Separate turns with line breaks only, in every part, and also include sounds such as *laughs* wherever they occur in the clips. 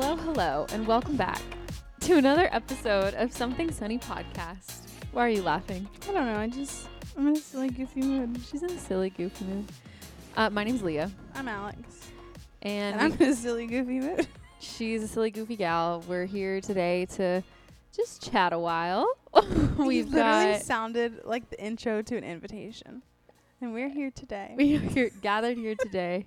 Hello, and welcome back to another episode of Something Sunny podcast. Why are you laughing?
I don't know. I just I'm in a silly goofy mood.
She's in a silly, goofy mood. Uh, my name's Leah,
I'm Alex,
and
and I'm *laughs* in a silly goofy mood.
we- she's a silly, goofy gal. We're here today to just chat a while. *laughs* *laughs* We've
you literally
got
sounded like the intro to an invitation, and we're here today.
we are here, *laughs* gathered here today.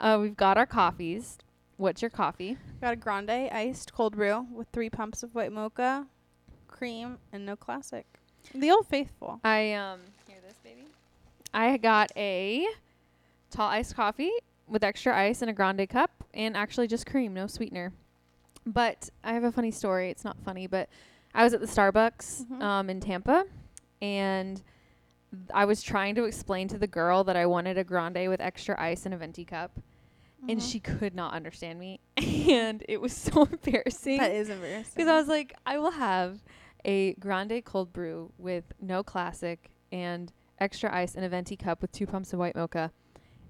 Uh, we've got our coffees. What's your coffee?
got a grande iced cold brew with three pumps of white mocha, cream, and no classic. The old faithful.
I um hear this baby. I got a tall iced coffee with extra ice in a grande cup and actually just cream, no sweetener. But I have a funny story. It's not funny, but I was at the Starbucks
Mhm.
um in Tampa and I was trying to explain to the girl that I wanted a grande with extra ice in a venti cup and
Mhm.
she could not understand me *laughs* and it was so *laughs* embarrassing.
That is embarrassing.
Because I was like, I will have a grande cold brew with no classic and extra ice in a venti cup with two pumps of white mocha.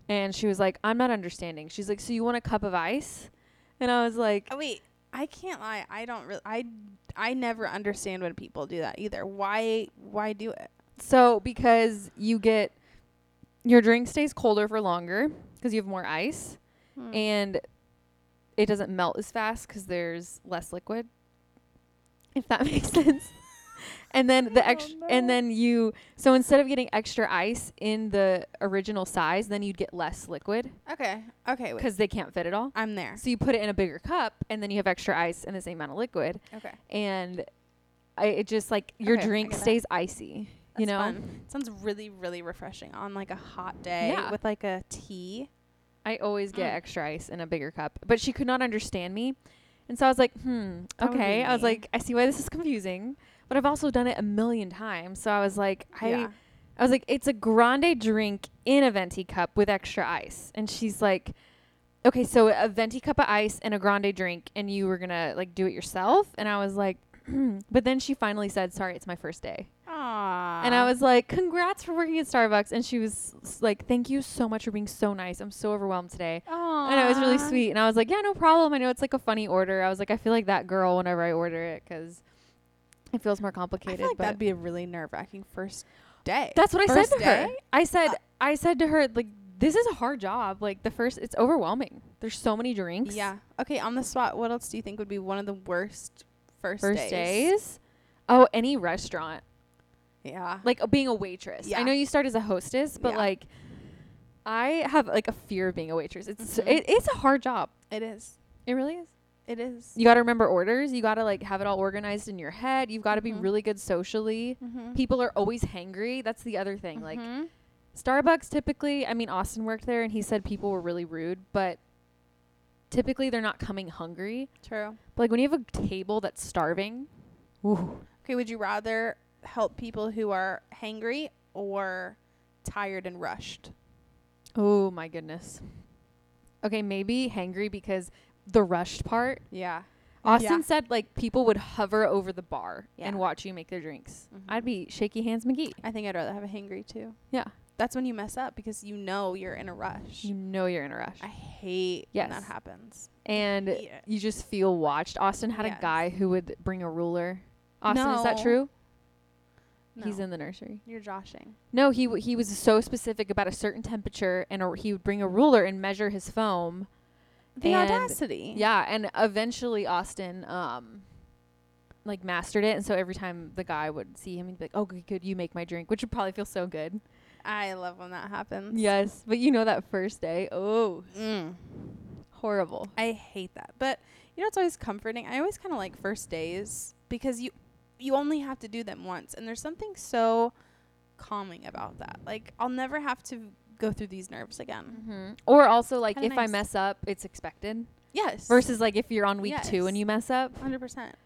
And she was like, I'm not understanding. She's like, So you want a cup of ice? And I was like,
Oh, wait, I can't lie. I don't really. I I never understand when people do that either. Why why do it?
So because you get your drink stays colder for longer because you have more ice
Hmm.
and it doesn't melt as fast because there's less liquid. If that *laughs* makes sense. And then the
I
extra,
don't
and
know.
then you, so instead of getting extra ice in the original size, then you'd get less liquid
Okay. Okay. Wait.
because they can't fit it all.
I'm there.
So you put it in a bigger cup, and then you have extra ice and the same amount of liquid,
Okay.
and I, it just like your
Okay, I
drink
get that.
stays icy. you
That's
know,
fun. sounds really, really refreshing on like a hot day
Yeah.
with like a tea.
I always get
Mm.
extra ice in a bigger cup, but she could not understand me. And so I was like, hmm,
That would be
okay. I was
me.
like, I see why this is confusing, but I've also done it a million times. So I was like, I,
yeah.
I was like, it's a grande drink in a venti cup with extra ice. And she's like, okay, so a venti cup of ice and a grande drink, and you were gonna like do it yourself? And I was like, "Hmm." but then she finally said, sorry, it's my first day.
Aww.
And I was like, congrats for working at Starbucks. And she was s- like, thank you so much for being so nice. I'm so overwhelmed today.
Aww.
And it was really sweet. And I was like, yeah, no problem. I know it's like a funny order. I was like, I feel like that girl whenever I order it because it feels more
I
complicated.
feel like
but
that'd be a really nerve wracking first day.
that's what I
first
said to her.
day? Uh
I said, I said to her, like, this is a hard job. Like the first, it's overwhelming. There's so many drinks.
yeah. Okay. On the spot, what else do you think would be one of the worst first,
First
days?
days. Oh, any restaurant.
Yeah.
Like uh, being a waitress. I
Yeah.
know you start as a hostess, but
Yeah.
like, I have like a fear of being a waitress. It's
Mhm.
it, it's a hard job.
It is.
It really is.
It is.
You got to remember orders. You got to like have it all organized in your head. You've got to be
Mhm.
really good socially.
Mm-hmm.
People are always hangry. That's the other thing. Like Starbucks typically, I mean Austin worked there and he said people were really rude, but typically they're not coming hungry.
True.
But like when you have a table that's starving, ooh,
Okay. Would you rather help people who are hangry or tired and rushed?
oh my goodness. Okay, maybe hangry because the rushed part.
Yeah.
Austin
Yeah.
said like people would hover over the bar and
Yeah.
watch you make their drinks.
Mhm.
I'd be shaky hands McGee.
I think I'd rather have a hangry too.
Yeah.
That's when you mess up because you know you're in a rush.
You know you're in a rush.
I hate
Yes.
when that happens.
and
hate it.
you just feel watched. Austin had
Yes.
a guy who would bring a ruler. Austin, is that
No.
true?
No.
He's in the nursery.
You're joshing.
No, he w- he was so specific about a certain temperature, and a, he would bring a ruler and measure his foam.
The
And-
audacity.
Yeah, and eventually Austin um like mastered it, and so every time the guy would see him, he'd be like, "Oh, good, good, you make my drink," which would probably feel so good.
I love when that happens.
Yes, but you know that first day, oh,
Mm.
horrible.
I hate that. But you know it's always comforting. I always kind of like first days because you you only have to do them once and there's something so calming about that. Like I'll never have to go through these nerves again.
hmm Or also like
Kinda
if I
Mm-hmm. nice.
mess up, it's expected.
Yes.
Versus like if you're on week two
Yes.
and you mess up,
Hundred percent.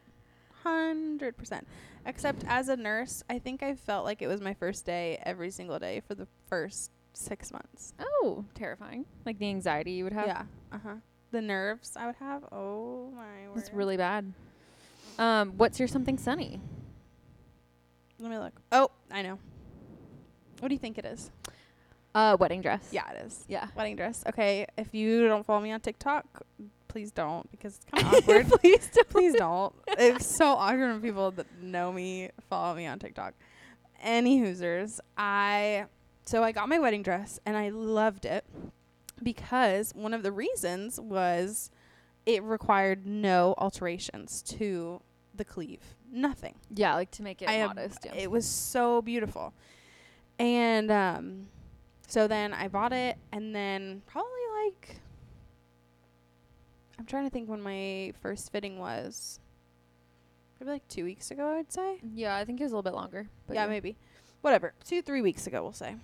Hundred percent. Except as a nurse, I think I felt like it was my first day every single day for the first six months.
Oh, terrifying. Like the anxiety you would have.
Yeah. Uh huh. The nerves I would have. Oh my word.
It's really bad. Um, what's your something sunny?
Let me look. Oh, I know. What do you think it is?
Uh, wedding dress.
Yeah, it is.
Yeah. *laughs*
Wedding dress. Okay. If you don't follow me on TikTok, please don't because it's
*laughs*
kind of awkward.
Please don't.
*laughs* please don't. It's so awkward when people that know me follow me on TikTok. Any hoosers, I so I got my wedding dress and I loved it because one of the reasons was it required no alterations to the cleave. Nothing.
Yeah, like to make it
I ab-
modest. yeah.
It was so beautiful. And um, so then I bought it, and then probably like, I'm trying to think when my first fitting was. Probably like two weeks ago, I'd say.
yeah, I think it was a little bit longer. But
yeah, maybe. Whatever. Two, three weeks ago, we'll say.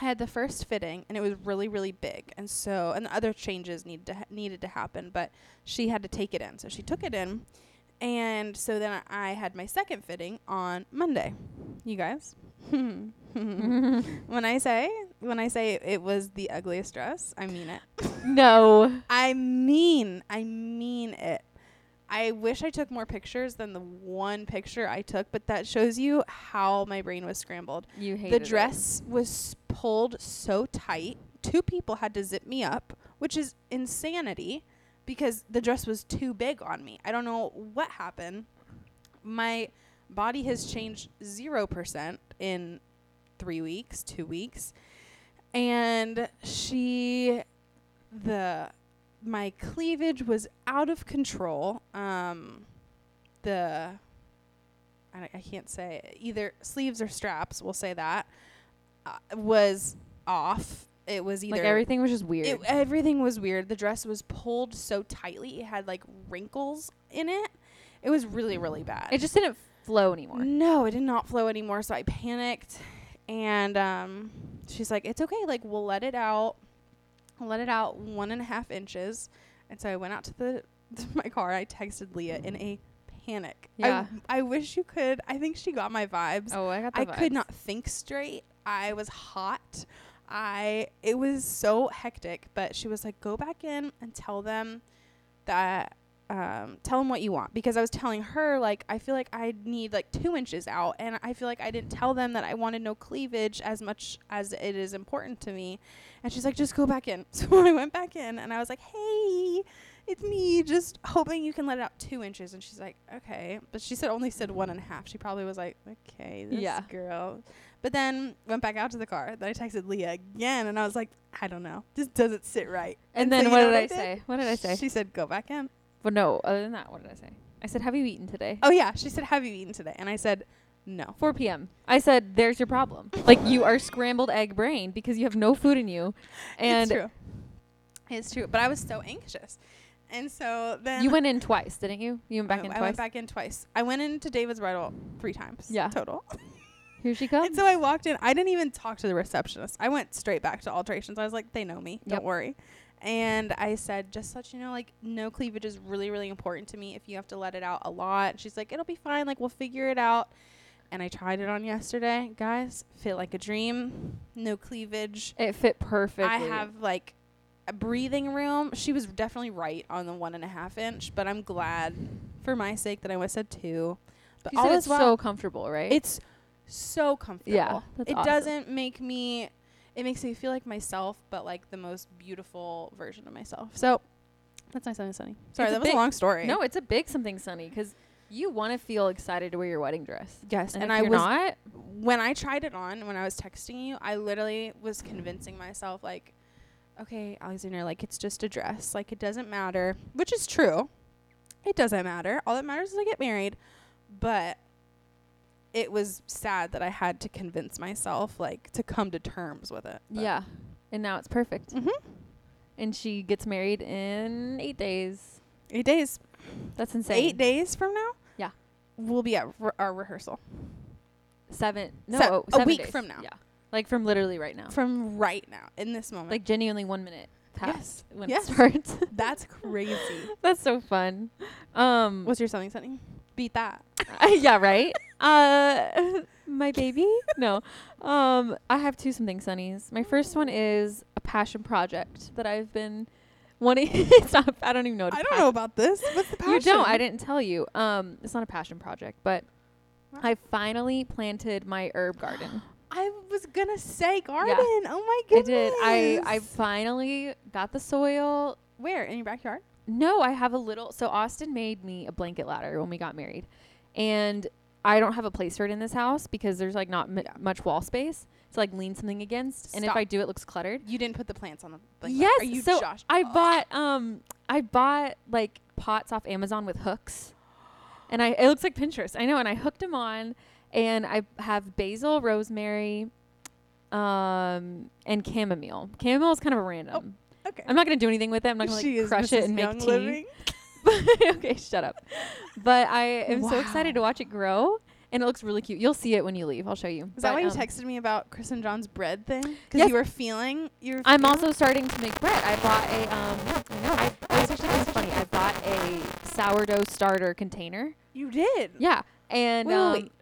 I had the first fitting and it was really, really big. And so, and the other changes needed to, ha- needed to happen, but she had to take it in. So she took it in. And so then I had my second fitting on Monday. You guys? *laughs* when I say, when I say it was the ugliest dress, I mean it.
*laughs* no.
I mean, I mean it. I wish I took more pictures than the one picture I took, but that shows you how my brain was scrambled.
You hate
the dress was pulled so tight. Two people had to zip me up, which is insanity because the dress was too big on me. I don't know what happened. My body has changed 0% in 3 weeks, 2 weeks. And she the my cleavage was out of control. Um the I, I can't say either sleeves or straps. We'll say that uh, was off. It was either
Like everything was just weird.
It, everything was weird. The dress was pulled so tightly; it had like wrinkles in it. It was really, really bad.
it just didn't flow anymore.
No, it did not flow anymore. So I panicked, and um, she's like, "It's okay. Like we'll let it out. I'll let it out one and a half inches." And so I went out to the *laughs* to my car. I texted Leah in a panic.
Yeah.
I, I wish you could. I think she got my vibes.
Oh, I got the
I could
vibes.
not think straight. I was hot. I it was so hectic, but she was like, "Go back in and tell them that um, tell them what you want." Because I was telling her like, I feel like I need like two inches out, and I feel like I didn't tell them that I wanted no cleavage as much as it is important to me. And she's like, "Just go back in." *laughs* So I went back in, and I was like, "Hey." It's me, just hoping you can let it out two inches. And she's like, okay. But she said only said one and a half. She probably was like, okay, this
Yeah.
girl. But then went back out to the car. Then I texted Leah again, and I was like, I don't know. This doesn't sit right.
And,
so
then
you
what
know
did I say? What did I say?
She said, go back in.
But no, other than that, what did I say? I said, "Have you eaten today?"
Oh, yeah. She said, have you eaten today? And I said, no.
4 p.m. I said, "There's your problem. Like you are scrambled egg brain because you have no food in you, and
it's true. It's true. But I was so anxious. And so then
you went in twice, didn't you? You went back
I,
in
I
twice.
went back in twice. I went into David's Bridal three times.
Yeah.
Total.
Here she comes.
And so I walked in. I didn't even talk to the receptionist. I went straight back to alterations. I was like, they know me.
Yep.
Don't worry. And I said, just let you know, like, no cleavage is really, really important to me. If you have to let it out a lot, she's like, it'll be fine. Like, we'll figure it out. And I tried it on yesterday. Guys, fit like a dream. No cleavage.
It fit perfectly.
I have like a breathing room. She was definitely right on the one and a half inch, but I'm glad for my sake that I was said two. But
You
all
said
is
it's
well.
so comfortable, right?
It's so comfortable.
that's
it
awesome.
doesn't make me. It makes me feel like myself, but like the most beautiful version of myself. So that's my sunny sunny. Sorry,
It's a
that was
big-
a long story.
no, it's a big something sunny because you want to feel excited to wear your wedding dress.
Yes,
And,
and,
if
I
you're
was
not.
when I tried it on when I was texting you, I literally was convincing myself like, okay, Alexander, like it's just a dress, like it doesn't matter, which is true. It doesn't matter. All that matters is I get married, but it was sad that I had to convince myself like to come to terms with it. but-
Yeah, and now it's perfect.
Mhm.
And she gets married in eight days.
Eight days.
That's insane.
Eight days from now.
Yeah.
We'll be at re- our rehearsal
Seven. No,
Se-
oh,
a
seven
week
days.
from now.
Yeah, like from literally right now.
from right now in this moment.
like genuinely one minute past when
Yes.
it starts. *laughs*
that's crazy.
That's so fun. Um,
What's your something something? Beat that.
*laughs* yeah, right. Uh, *laughs* my baby. No, um, I have two something sunnies. My first one is a passion project that I've been wanting. *laughs* it's not. I don't even know. What a
I don't
passion
know about this. What's the
*laughs*
passion?
You don't. I didn't tell you. Um, it's not a passion project, but
Wow.
I finally planted my herb
*gasps*
garden.
I was gonna say garden.
garden.
Oh my
I
goodness.
did. I I finally got the soil.
where in your backyard?
No, I have a little. So Austin made me a blanket ladder when we got married, and I don't have a place for it in this house because there's like not m- much wall space to like lean something against. And if
Stop.
I do, it looks cluttered.
You didn't put the plants on the thing.
yes.
Are you
so
Josh? Oh,
I
Ugh.
bought um I bought like pots off Amazon with hooks, and I it looks like Pinterest. I know, and I hooked them on, and I have basil, rosemary, um, and chamomile. Chamomile is kind of random.
Okay.
I'm not gonna do anything with it. I'm not gonna
Oh. She
like,
is
crush it
Mrs.
and make
Young
tea.
living.
*laughs* okay, shut up. But I am so excited to
Wow.
watch it grow, and it looks really cute. You'll see it when you leave. I'll show you.
Is that
But,
why you
um,
texted me about Chris and John's bread thing? Because
Yes.
you were feeling you. Were
I'm
feeling-
also starting to make bread. I bought a um. I know. I, I was actually kind of funny. I bought a sourdough starter container.
You did.
Yeah, and
Wait, wait,
um,
wait.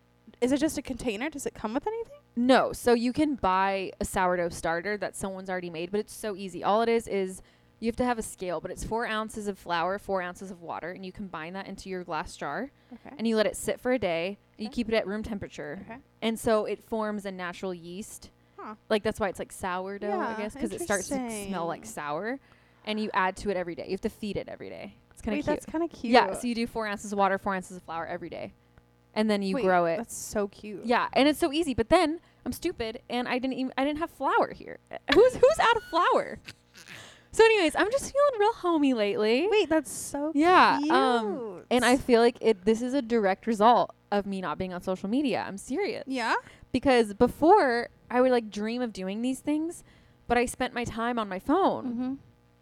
Is it just a container? Does it come with anything?
no, so you can buy a sourdough starter that someone's already made, but it's so easy. All it is is you have to have a scale, but it's four ounces of flour, four ounces of water, and you combine that into your glass jar,
Okay.
and you let it sit for a day. and You
Okay.
keep it at room temperature,
Okay.
and so it forms a natural yeast.
Huh.
Like that's why it's like sourdough, I
Yeah,
guess, because it starts to smell like
interesting.
sour, and you add to it every day. You have to feed it every day. It's kind
Wait,
of cute.
that's kind of cute.
Yeah, so you do four ounces of water, four ounces of flour every day, and then you
Wait,
grow it.
That's so cute.
Yeah, and it's so easy. But then I'm stupid, and I didn't even I didn't have flour here. Eh, who's who's out of flour? So, anyways, I'm just feeling real homey lately.
Wait, that's so
yeah,
cute.
um, and I feel like it. This is a direct result of me not being on social media. I'm serious
Yeah.
because before I would like dream of doing these things, but I spent my time on my phone.
Mm-hmm.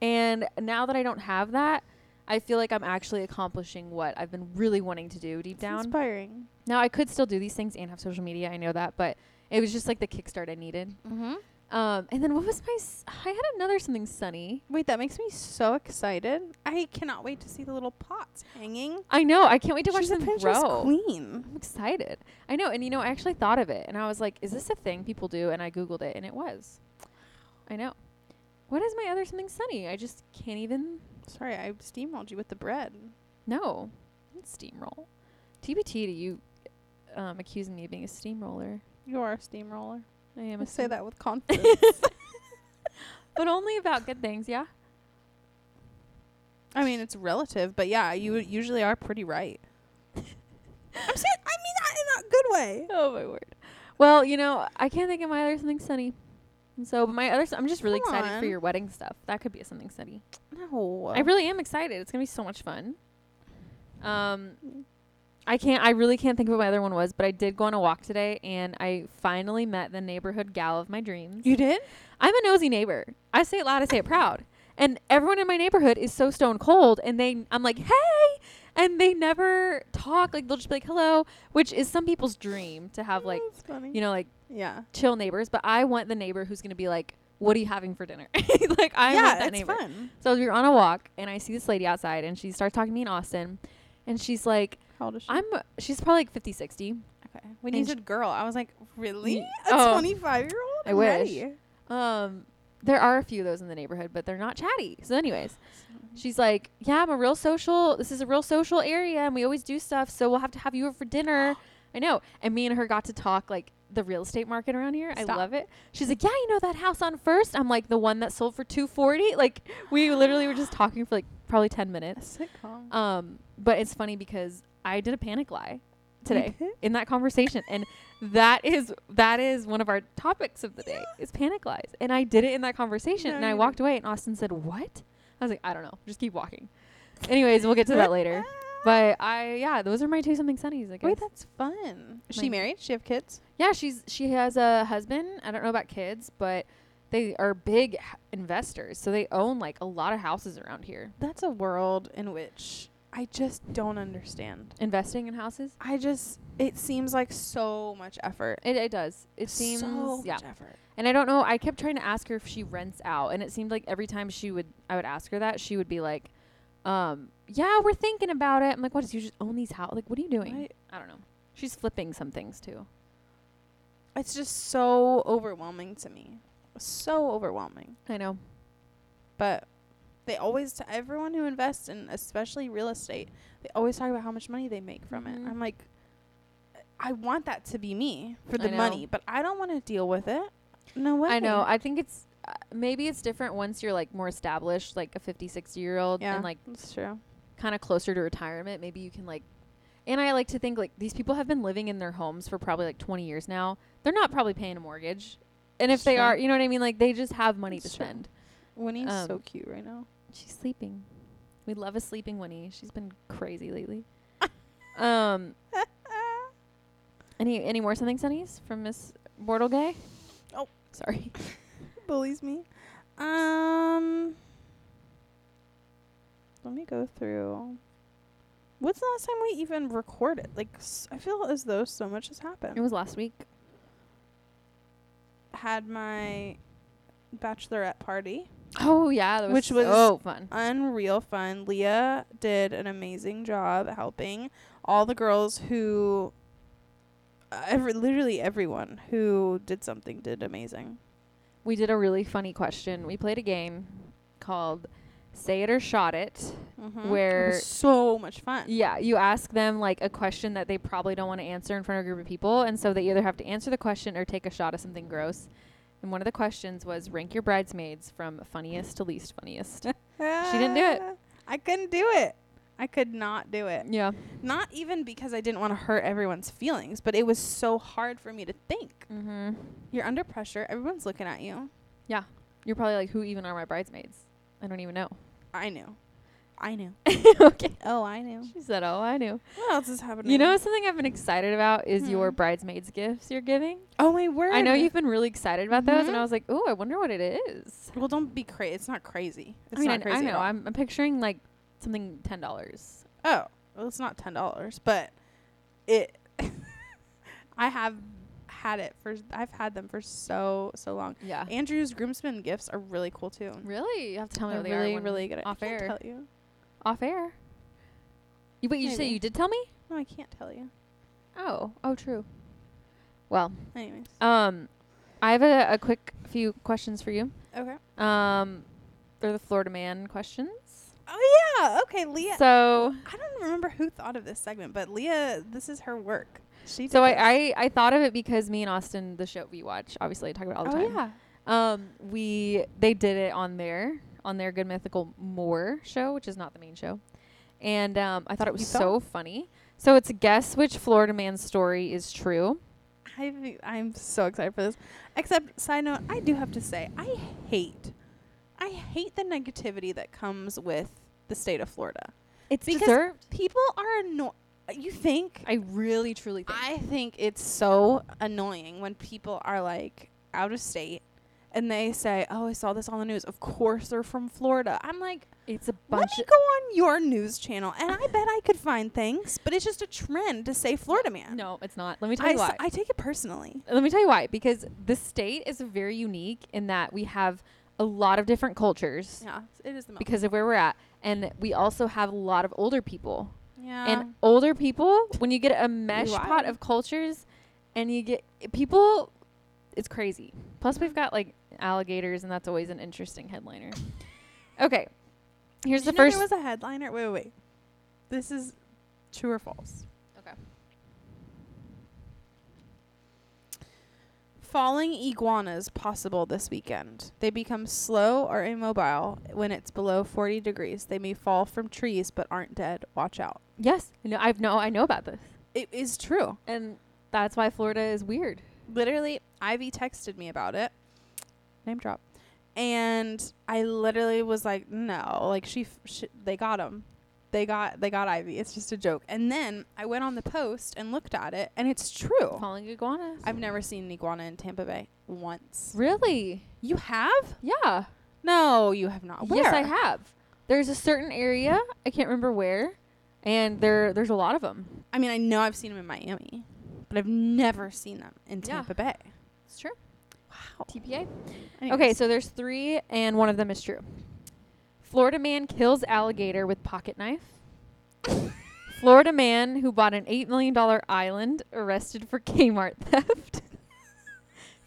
And now that I don't have that, I feel like I'm actually accomplishing what I've been really wanting to do deep down.
Inspiring.
Now I could still do these things and have social media. I know that, but it was just like the kickstart I needed.
Mm-hmm.
Um, and then what was my? S- I had another something sunny.
Wait, that makes me so excited. I cannot wait to see the little pots hanging.
I know. I can't wait to watch
She's a
them
Pinterest
grow.
queen.
I'm excited. I know. And you know, I actually thought of it, and I was like, "Is this a thing people do?" And I googled it, and it was. I know. What is my other something sunny? I just can't even
Sorry, I steamrolled you with the bread.
know. It's steamroll. TBT to you, um, accusing me of being a steamroller.
You are a steamroller.
I am
I
a
say
steam-
that *laughs* with confidence.
but only about good things. Yeah.
I mean, *laughs* it's relative, but yeah, you usually are pretty right. *laughs* I'm saying, I mean that in a good way.
*laughs* Oh my word. Well, you know, I can't think of my other something sunny. And so, but my other, I'm just really
Come
excited for
on.
your wedding stuff. That could be a something sunny.
No,
I really am excited. It's gonna be so much fun. Um, I can't. I really can't think of what my other one was, but I did go on a walk today, and I finally met the neighborhood gal of my dreams.
you did.
I'm a nosy neighbor. I say it loud. I say it proud. And everyone in my neighborhood is so stone cold, and they, I'm like, hey, and they never talk. Like they'll just be like, hello, which is some people's dream to have like,
That's funny.
you know, like
yeah,
chill neighbors, but I want the neighbor who's gonna be like, "What are you having for dinner?" *laughs* like I
yeah,
want that
it's
neighbor.
fun.
So we were on a walk, and I see this lady outside, and she starts talking to me in Austin, and she's like,
How old is she?
"I'm." She's probably like 50, 60.
okay. When
and
you
sh-
said girl, I was like, really?
Ye-
A
oh.
25 year old?
I wish. Um, there are a few of those in the neighborhood, but they're not chatty. So, anyways, she's like, "Yeah, I'm a real social. This is a real social area, and we always do stuff. So we'll have to have you over for dinner." I know. And me and her got to talk like the real estate market around here. I
Stop.
love it. She's like, "Yeah, you know that house on First? I'm like the one that sold for 240." Like we literally were just talking for like probably 10
A
minutes.
sitcom.
Um, but it's funny because I did a panic lie today
did?
in that conversation, and that is that is one of our topics of the day is panic lies, and I did it in that conversation,
No,
and I
you
walked away, and Austin said, "What?" I was like, "I don't know, just keep walking." Anyways, we'll get to that later. But I yeah, those are my two something sunnies. I guess.
Wait, that's fun. Is
My-
she married? She have kids?
yeah, she's she has a husband. I don't know about kids, but they are big h- investors, so they own like a lot of houses around here.
That's a world in which I just don't understand.
Investing in houses,
I just it seems like so much effort.
it, it does. It seems
so
yeah.
much effort.
And I don't know. I kept trying to ask her if she rents out, and it seemed like every time she would, I would ask her that, she would be like, um, "Yeah, we're thinking about it." I'm like, "What? Does you just own these houses? Like, what are you doing?"
Right?
I don't know. She's flipping some things too.
It's just so overwhelming to me. So overwhelming.
I know.
But they always to everyone who invests in especially real estate, they always talk about how much money they make from
Mhm.
it. I'm like I want that to be me for
I
the
know.
money, but I don't want to deal with it. No way.
I know. I think it's. I- maybe it's different once you're like more established, like a 50, 60 year old,
Yeah.
and like
That's true.
kind of closer to retirement. Maybe you can like, and I like to think like these people have been living in their homes for probably like 20 years now. They're not probably paying a mortgage, and if
That's
they
true.
are, you know what I mean. Like they just have money
That's
to
true.
spend.
Winnie's so
Um,
cute right now.
She's sleeping. We love a sleeping Winnie. She's been crazy lately. um,
eh,
any any more something sunnies from Miss Bordelgay?
Oh.
sorry.
Bullies me. Um. Let me go through. What's the last time we even recorded? Like, s- I feel as though so much has happened.
It was last week.
had my bachelorette party.
Oh yeah, that was Oh.
Which was-
so fun.
Unreal fun. Leah did an amazing job helping all the girls who, uh, every, literally everyone who did something did amazing.
We did a really funny question. We played a game called Say It or Shot It.
Mm-hmm.
Where-
so much fun.
Yeah, you ask them like a question that they probably don't want to answer in front of a group of people, and so they either have to answer the question or take a shot of something gross. And one of the questions was rank your bridesmaids from funniest to least funniest. She didn't do it.
Ah, I couldn't do it. I could not do it.
*laughs* yeah.
Not even because I didn't want to hurt everyone's feelings, but it was so hard for me to think.
Mm-hmm.
You're under pressure. Everyone's looking at you.
You're probably like, who even are my bridesmaids? I don't even *laughs* know.
I knew.
*laughs*
I knew.
okay.
Oh, I knew.
She said, oh, I knew.
What else is happening?
You know, something I've been excited about is your
Hmm.
bridesmaids gifts you're giving.
Oh my word.
I know you've been really excited about those, and
Mhm.
I was like, oh, I wonder what it is.
Well, don't be crazy. It's not crazy. It's
I mean,
not
I,
crazy
I
at
know.
all.
I'm, I'm picturing like something ten dollars.
oh, well, it's not ten dollars, but it. *laughs* I have had it for. I've had them for so so long.
Yeah.
Andrew's groomsmen gifts are really cool too.
Really? You have to tell me
They're
what they
really,
are. when-
really good. I
off
can't
air.
tell you.
Off air. You, but you said
Maybe.
you did tell me.
No, I can't tell you.
Oh. Oh, true. Well,
Anyways.
um, I have a, a quick few questions for you.
Okay.
Um, they're the Florida man questions.
Oh yeah. Okay, Leah.
So,
I don't remember who thought of this segment, but Leah, this is her work. She.
so
did this.
I, I I thought of it because me and Austin, the show we watch, obviously I talk about it all the
oh
time. Um, we they did it on their on their Good Mythical More show, which is not the main show, and um, I thought it was
You
so funny. So it's guess which Florida man's story is true.
yeah. I I'm so excited for this. Except side note, I do have to say I hate, I hate the negativity that comes with the state of Florida.
It's
Because-
deserved.
People are annoyed. You think
I really truly think.
I think it's so annoying when people are like out of state and they say, "Oh, I saw this on the news. Of course they're from Florida." I'm like,
it's a
"Let
bunch.
me
Of,
go on your news channel and I bet I could find things, but it's just a trend to say Florida man."
no, it's not. Let me tell
I,
you
s-
why.
I take it personally.
Let me tell you why. Because the state is very unique in that we have a lot of different cultures
Yeah, it is the most.
because of where we're at, and we also have a lot of older people.
Yeah.
and older people when you
*laughs*
get a mesh pot
wild.
of cultures and you get people it's crazy plus we've got like alligators and that's always an interesting headliner okay here's
Did
the
you know
first
There was a headliner. Wait, wait, wait. This is true or false.
Okay.
Falling iguanas possible this weekend. They become slow or immobile when it's below 40 degrees. They may fall from trees but aren't dead. Watch out.
yes no i've no i know about this
It is true.
and that's why florida is weird
Literally, Ivy texted me about it. Name drop. And I literally was like, no, like she, f- sh they got him. They got they got Ivy. It's just a joke. And then I went on the post and looked at it and it's true.
calling iguanas
I've never seen an iguana in Tampa Bay once.
really
You have?
yeah
No, you have not. Where?
yes i have there's a certain area i can't remember where and there there's a lot of them
I mean, I know I've seen them in Miami, but I've never seen them in
Yeah.
Tampa Bay.
it's true
Wow.
tpa Okay,
*laughs* Anyways.
so there's three, and one of them is true. Florida man kills alligator with pocket knife. *laughs* Florida man who bought an $8 million island arrested for *laughs* Kmart theft.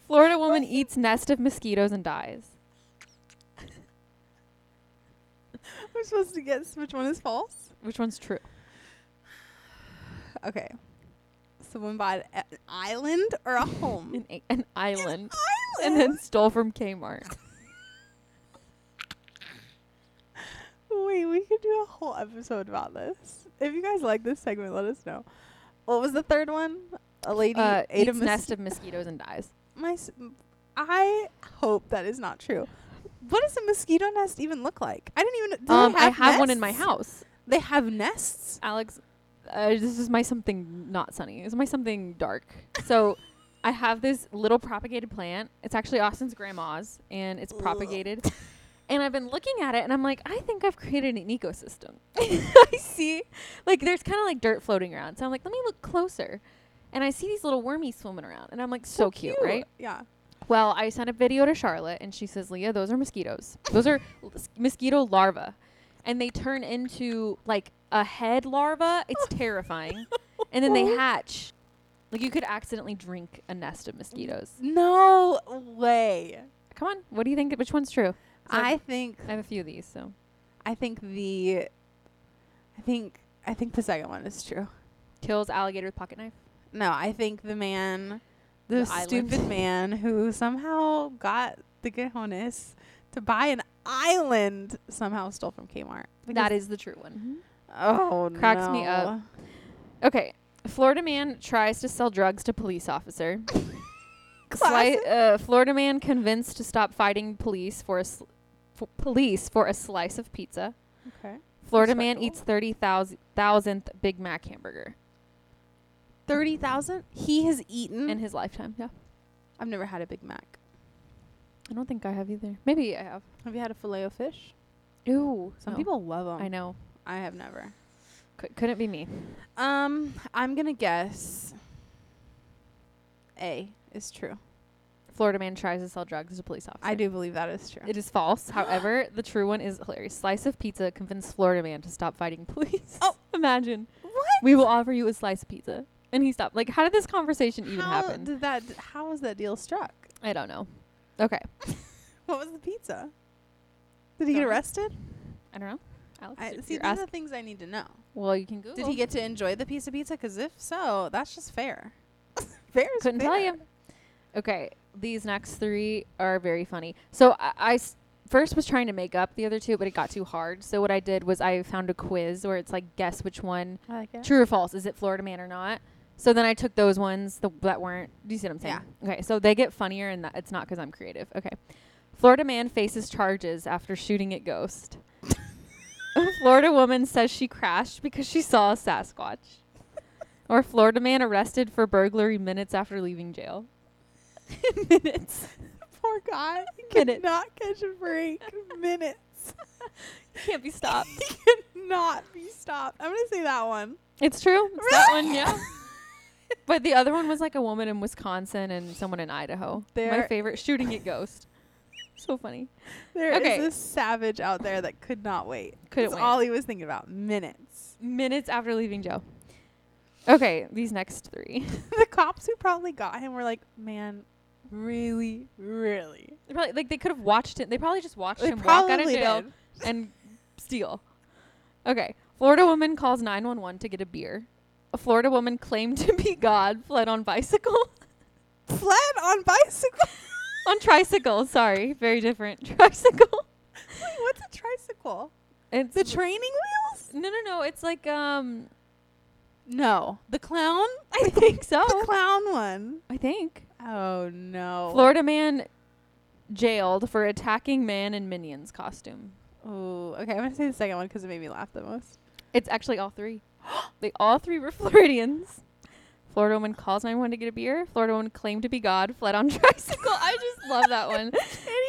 Florida woman eats nest of mosquitoes and dies.
We're supposed to guess which one is false.
Which one's true?
Okay. Someone bought an
*laughs*
island or a home?
An, a- an island.
An
And
island.
then stole from Kmart.
Honestly, we could do a whole episode about this. If you guys like this segment, let us know. What was the third one? A lady
uh,
ate a
eats
mos-
nest of mosquitoes and dies.
my. s- I hope that is not true. What does a mosquito nest even look like? I didn't even. Do
Um,
they have
I have one in my
nests?
house.
They have nests.
Alex, uh, this is my something not sunny. This is my something dark. So I have this little propagated plant. It's actually Austin's grandma's, and it's
Ugh.
propagated. And I've been looking at it, and I'm like, I think I've created an ecosystem. *laughs* I see, like, there's kind of like dirt floating around. So I'm like, let me look closer. And I see these little wormies swimming around, and I'm like, so, cute, right?
Oh, Yeah.
Well, I sent a video to Charlotte, and she says, "Leah, those are mosquitoes. Those are l- s- mosquito larvae, and they turn into like a head larva.
*laughs*
It's terrifying. And then they hatch. Like you could accidentally drink a nest of mosquitoes.
No way.
Come on, what do you think? Which one's true? So
I
I've-
think
I have a few of these, so
I think the I think I think the second one is true.
kills alligator with pocket knife.
No, I think the man the,
The island.
stupid man who somehow got the cojones to buy an island somehow stole from Kmart.
That is the true one.
oh
cracks
no.
me up. Okay. Florida man tries to sell drugs to police officer. Sli-
Classic.
uh, Florida man convinced to stop fighting police for a sl- f- police for a slice of pizza.
Okay.
Florida man
Respectable.
eats thirty thousandth Big Mac hamburger
Thirty thousand? He has eaten
in his lifetime. Yeah,
I've never had a Big Mac.
I don't think I have either. Maybe I have.
Have you had a filet o fish?
Ooh,
Some
no.
people love 'em.
I know.
I have never.
Cou- couldn't be me.
Um, I'm gonna guess. A is true.
Florida man tries to sell drugs to police officer.
I do believe that is true.
It is false.
*gasps*
However, the true one is hilarious. Slice of pizza convinced Florida man to stop fighting *laughs* police.
Oh.
imagine.
what?
We will offer you a slice of pizza. And he stopped. Like, how did this conversation even
how
happen?
Did that? How was that deal struck?
I don't know. Okay.
What was the pizza? Did he get
Don't know.
arrested?
I don't know. Alex,
I,
if
see,
you're
these are
ask-
the things I need to know.
well, you can Google.
Did he get to enjoy the piece of pizza? Because if so, that's just fair. *laughs* fair is
Couldn't tell
fair.
you. Okay. These next three are very funny. So I, I s- first was trying to make up the other two, but it got too hard. So what I did was I found a quiz where it's like, guess which one,
I like it.
true or false, is it Florida man or not? So then I took those ones the, that weren't. Do you see what I'm saying? Okay. So they get funnier, and that, it's not because I'm creative. Okay. Florida man faces charges after shooting at ghost. Florida woman says she crashed because she saw a Sasquatch. or Florida man arrested for burglary minutes after leaving jail. *laughs* minutes.
*laughs* Poor guy. He
Minutes.
cannot catch a *laughs* break. Minutes.
Can't be stopped.
*laughs* he cannot be stopped. I'm gonna say that one.
It's true. It's that one, yeah. But the other one was like a woman in Wisconsin and someone in Idaho. My
There-
favorite shooting at
*laughs*
ghost. so funny.
*laughs* There is
Okay.
this savage out there that could not wait.
Couldn't
That's
wait.
all he was thinking about. Minutes. *laughs*
Minutes after leaving Joe. Okay, these next three. *laughs*
the cops who probably got him were like, man, really, really.
They probably like they could have watched it. They probably just watched
They
him walk out of
probably
jail
did.
*laughs* and steal. Okay, Florida woman calls 911 to get a beer. A Florida woman claimed to be *laughs* God fled on bicycle, *laughs*
Fled on bicycle. *laughs*
on tricycle. Sorry, very different *laughs* tricycle.
Wait, what's a tricycle?
It's
The training wheels?
no, no, no. It's like um,
No. The clown?
I think so.
The clown one.
I think.
Oh no.
Florida man jailed for attacking man in Minions costume.
Ooh, okay, I'm gonna say the second one because it made me laugh the most.
It's actually all three. *gasps* they all three were *laughs* Floridians. Florida woman calls 911 to get a beer. Florida woman claimed to be God, fled on *laughs* tricycle. I just love that
*laughs*
one.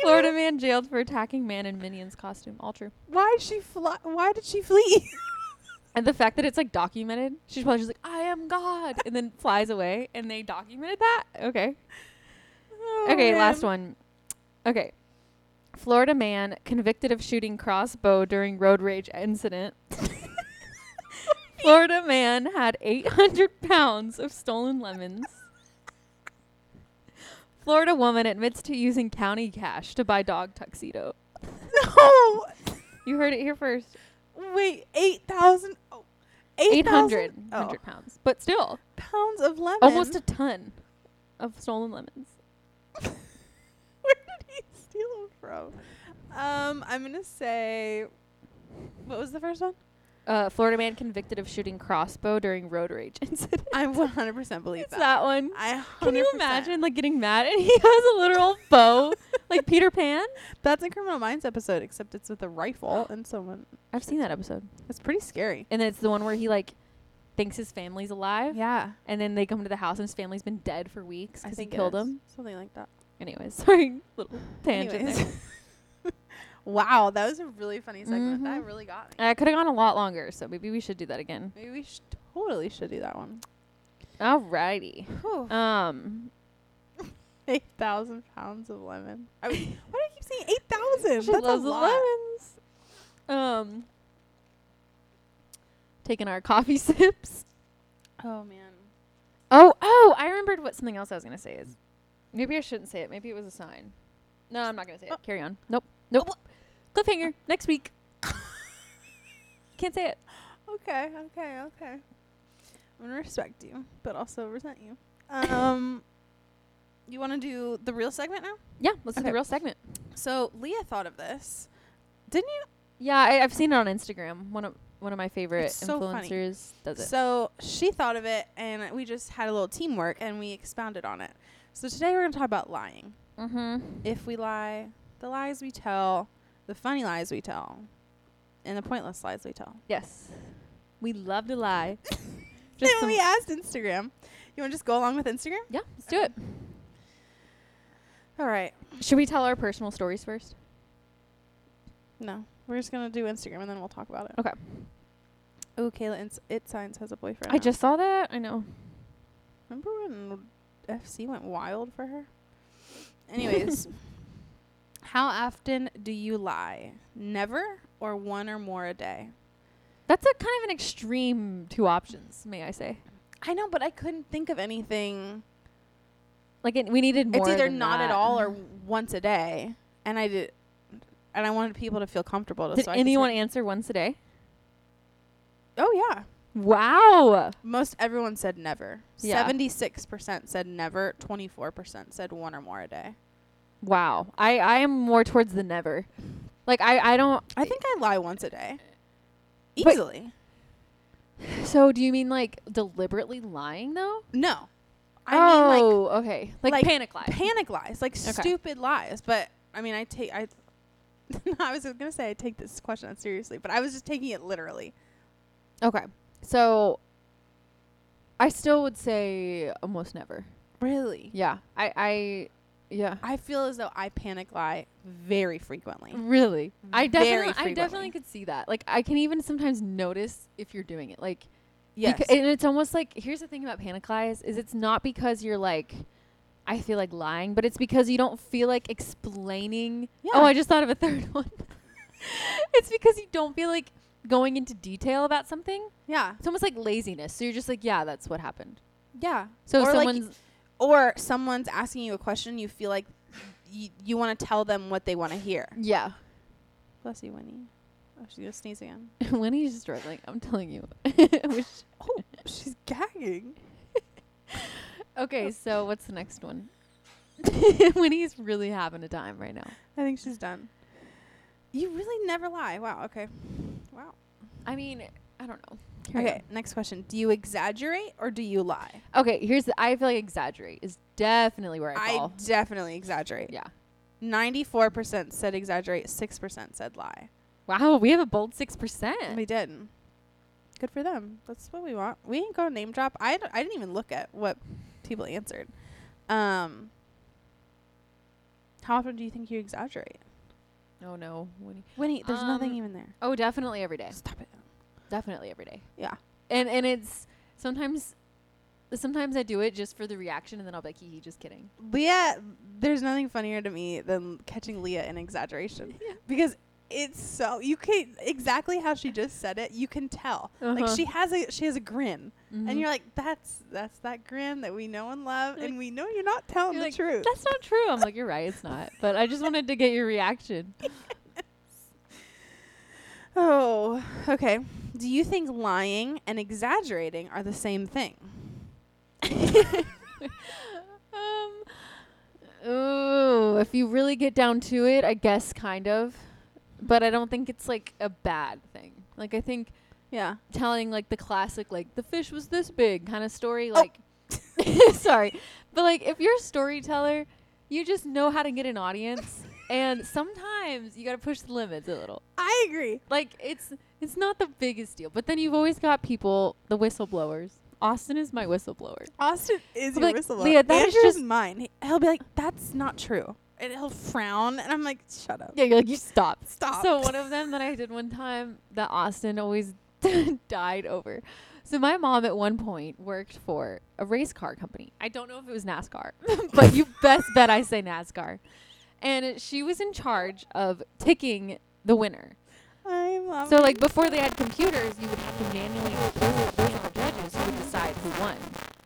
Florida man jailed for attacking man in Minions costume. All true.
Why she fly? Why did she flee? *laughs*
And the fact that it's like documented, she's probably just like, I am God, and then flies away, and they documented that. Okay.
Oh,
Okay,
man.
last one. Okay. Florida man convicted of shooting crossbow during road rage *laughs* incident. Florida man had 800 pounds of stolen lemons. Florida woman admits to using county cash to buy dog tuxedo.
*laughs* No.
You heard it here first.
Wait, eight thousand. Oh,
800
8,000 oh,
100 pounds. But still,
pounds of lemon.
almost a ton of stolen lemons.
Where did he steal them from? Um, I'm gonna say What was the first one?
Uh, Florida man convicted of shooting crossbow during road rage incident.
*laughs* I 100% believe
It's *laughs*
that.
that one.
I 100%.
Can you imagine like getting mad and *laughs* he has a literal bow *laughs* like Peter Pan?
That's a Criminal Minds episode, except it's with a rifle and someone.
I've seen that episode.
It's pretty scary.
And then it's the one where he like thinks his family's alive
Yeah.
and then they come to the house and his family's been dead for weeks
I
cuz he
think it
killed
is.
him.
Something like that.
Anyways, *laughs* sorry, little tangent there. *laughs*
Anyways. *laughs* wow, that was a really funny segment. That
Mhm.
really got me.
I could have gone a lot longer, so maybe we should do that again.
Maybe we should, totally should do that one.
Alrighty.
Whew.
Um,
8,000 pounds of lemon. I was, *laughs* why do I keep saying 8,000? That's a lot.
lemons. Um, taking our coffee *laughs* sips.
Oh, man.
Oh, oh! I remembered what something else I was gonna say is. Maybe I shouldn't say it. Maybe it was a sign. No, I'm not gonna say
Oh.
it. Carry on. Nope. Nope. Cliffhanger. Next week. *laughs* Can't say it.
Okay, okay, okay. I'm going to respect you, but also resent you. Um, you want to do the real segment now?
Yeah, let's do
Okay.
the real segment.
So Leah thought of this. Didn't you?
Yeah, I, I've seen it on Instagram. One of one of my favorite
It's so funny.
influencers does it.
So she thought of it, and we just had a little teamwork, and we expounded on it. So today we're going to talk about lying.
mm-hmm.
If we lie, the lies we tell, the funny lies we tell, and the pointless lies we tell.
Yes, we love to *laughs* lie.
Just
Just some-
we asked Instagram. You want to just go along with Instagram?
yeah, let's do it.
All right.
Should we tell our personal stories first?
No, we're just gonna do Instagram, and then we'll talk about it.
Okay.
Oh, Kayla, it's, it signs has a boyfriend.
I
now.
just saw that. I know.
remember when FC went wild for her. *laughs* Anyways, how often do you lie? Never or one or more a day.
That's a kind of an extreme two options, may I say?
I know, but I couldn't think of anything.
Like it, we needed more.
it's either
than
not at
that.
all or once a day, and I did, and I wanted people to feel comfortable.
Did
so I could
anyone
say-
answer once a day?
oh yeah.
Wow.
Most everyone said never.
Yeah.
Seventy-six percent said never. Twenty-four percent said one or more a day.
Wow. I I am more towards the never. Like I I don't.
I think I lie once a day,
But-
easily.
So do you mean like deliberately lying though?
no, I mean like
oh, okay. Like,
like
panic lie.
panic lies, like stupid lies. But I mean, I take I. *laughs* I was gonna say I take this question seriously, but I was just taking it literally.
okay. So I still would say almost never.
Really,
Yeah. I I yeah.
I feel as though I panic lie very frequently.
Really? I
Very
definitely, I
frequently.
definitely could see that. Like, I can even sometimes notice if you're doing it. Like,
Yes,
Becau- and it's almost like here's the thing about panic lies is it's not because you're like I feel like lying, but it's because you don't feel like explaining.
Yeah.
Oh, I just thought of a third *laughs* one. it's because you don't feel like going into detail about something.
yeah,
It's almost like laziness. So you're just like, yeah, that's what happened.
yeah.
So
Or,
if
like,
someone's
Or someone's asking you a question, you feel like you, you want to tell them what they want to hear.
yeah, *laughs*
Bless you, Winnie. Oh, she's gonna sneeze again.
Lenny's struggling. I'm telling you. *laughs* I wish-
Oh, *laughs* she's gagging.
okay, *laughs* so what's the next *laughs* one? Winnie's really having a time right now.
I think she's done. You really never lie. Wow. Okay. Wow.
I mean, I don't know. Carry on.
Okay. Next question. Do you exaggerate or do you lie?
Okay, here's the, I feel like exaggerate is definitely where I,
I
fall.
definitely exaggerate.
Yeah.
Ninety-four percent said exaggerate. Six percent said lie.
Wow, we have a bold six
We
percent.
didn't. Good for them. That's what we want. We ain't gonna name drop. I d- I didn't even look at what people answered. Um. How often do you think you exaggerate?
Oh no, Winnie.
Winnie, there's nothing
Um,
even there.
Oh, definitely every day.
Stop it.
Definitely every day.
Yeah.
And and it's sometimes, sometimes I do it just for the reaction, and then I'll be like, hee hee, just
*laughs*
kidding.
Leah, there's nothing funnier to me than catching Leah in
Eh.
exaggeration because it's so you can exactly how she just said it. You can tell like
Uh-huh.
she has a she has a grin,
Mhm.
and you're like that's that's that grin that we know and love,
You're
and
like-
we know you're not telling
You're
the
like,
truth.
that's not true. I'm like, you're right, it's not. But I just wanted to get your reaction.
Oh, okay. Do you think lying and exaggerating are the same thing?
*laughs* Um, ooh, if you really get down to it, I guess kind of. but I don't think it's like a bad thing. Like I think
Yeah.
telling like the classic like the fish was this big kind of story *laughs* like sorry but like if you're a storyteller you just know how to get an audience and sometimes you got to push the limits a little
I agree.
like it's it's not the biggest deal but then you've always got people the whistleblowers austin is my whistleblower
Austin is
I'll be
your
like,
whistleblower.
"Leah, that is
Andrew's
just-
mine. He- He'll be like, "That's not true," and he'll frown, and I'm like, "Shut up."
yeah you're like you stop
Stop.
So one of
*laughs*
them that I did one time that Austin always *laughs* died over. So my mom at one point worked for a race car company. I don't know if it was NASCAR, *laughs* but
*laughs*
you best bet I say NASCAR. And she was in charge of ticking the winner.
I'm laughing.
So like before they had computers, you would have to manually accumulate the judges who would decide who won.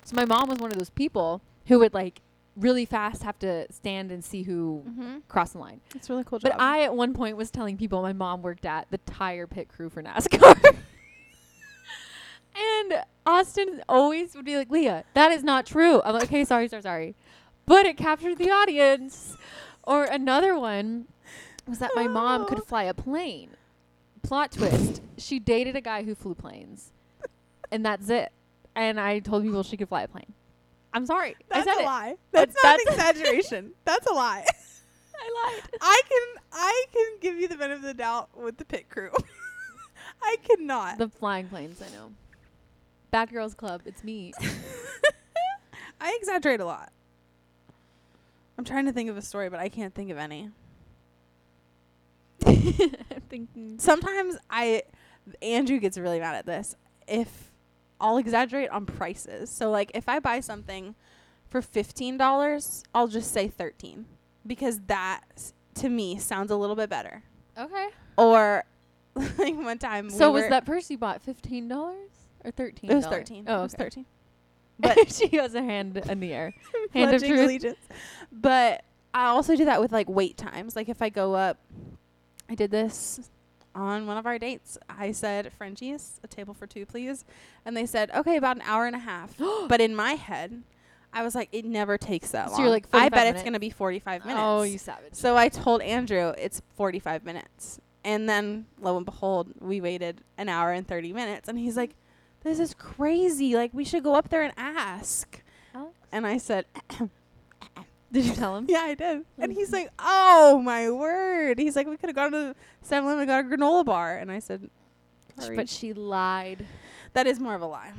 So my mom was one of those people who would like really fast have to stand and see who
mm-hmm.
crossed the line.
it's a really cool.
But
job.
I, at one point, was telling people my mom worked at the tire pit crew for NASCAR. *laughs* and Austin always would be like, Leah, that is not true. I'm like, okay, sorry, sorry, sorry. But it captured the audience. Or another one was that my mom could
Oh.
fly a plane. Plot twist she dated a guy who flew planes. And that's it. And I told people she could fly a plane. I'm sorry.
that's
I said
a
it.
lie.
But
That's not an
that's-
*laughs* exaggeration. that's a lie.
I lied.
I can I can give you the benefit of the doubt with the pit crew. *laughs* I cannot.
The flying planes, I know. Bad Girls Club, it's *laughs* me.
I exaggerate a lot. I'm trying to think of a story, but I can't think of any.
I'm thinking.
Sometimes I Andrew gets really mad at this. If I'll exaggerate on prices. So like if I buy something for $15, I'll just say 13 because that s- to me sounds a little bit better.
Okay.
Or *laughs* like one time
So
we
was
were-
that purse you bought fifteen dollars or thirteen?
it was 13.
Oh,
It was 13.
But *laughs* she has her hand in the *laughs* air. Hand of
pledging
truth.
allegiance. But I also do that with like wait times. Like if I go up, I did this on one of our dates. I said, "Frenchies, a table for two, please," and they said, "Okay, about an hour and
*gasps*
a half." but in my head, I was like, "It never takes that
So
long."
you're like,
I
45
bet
minutes.
it's gonna be forty-five minutes.
Oh, you savage!
So I told Andrew it's 45 minutes. And then lo and behold, we waited an hour and 30 minutes. And he's like, this is crazy. Like, we should go up there and ask.
Alex?
And I said,
Did you tell *laughs* him?
yeah, I did. And he's
Mm-hmm.
like, oh my word. He's like, we could have gone to 7 Eleven and got a granola bar. And I said, sorry.
But she lied.
that is more of a lie.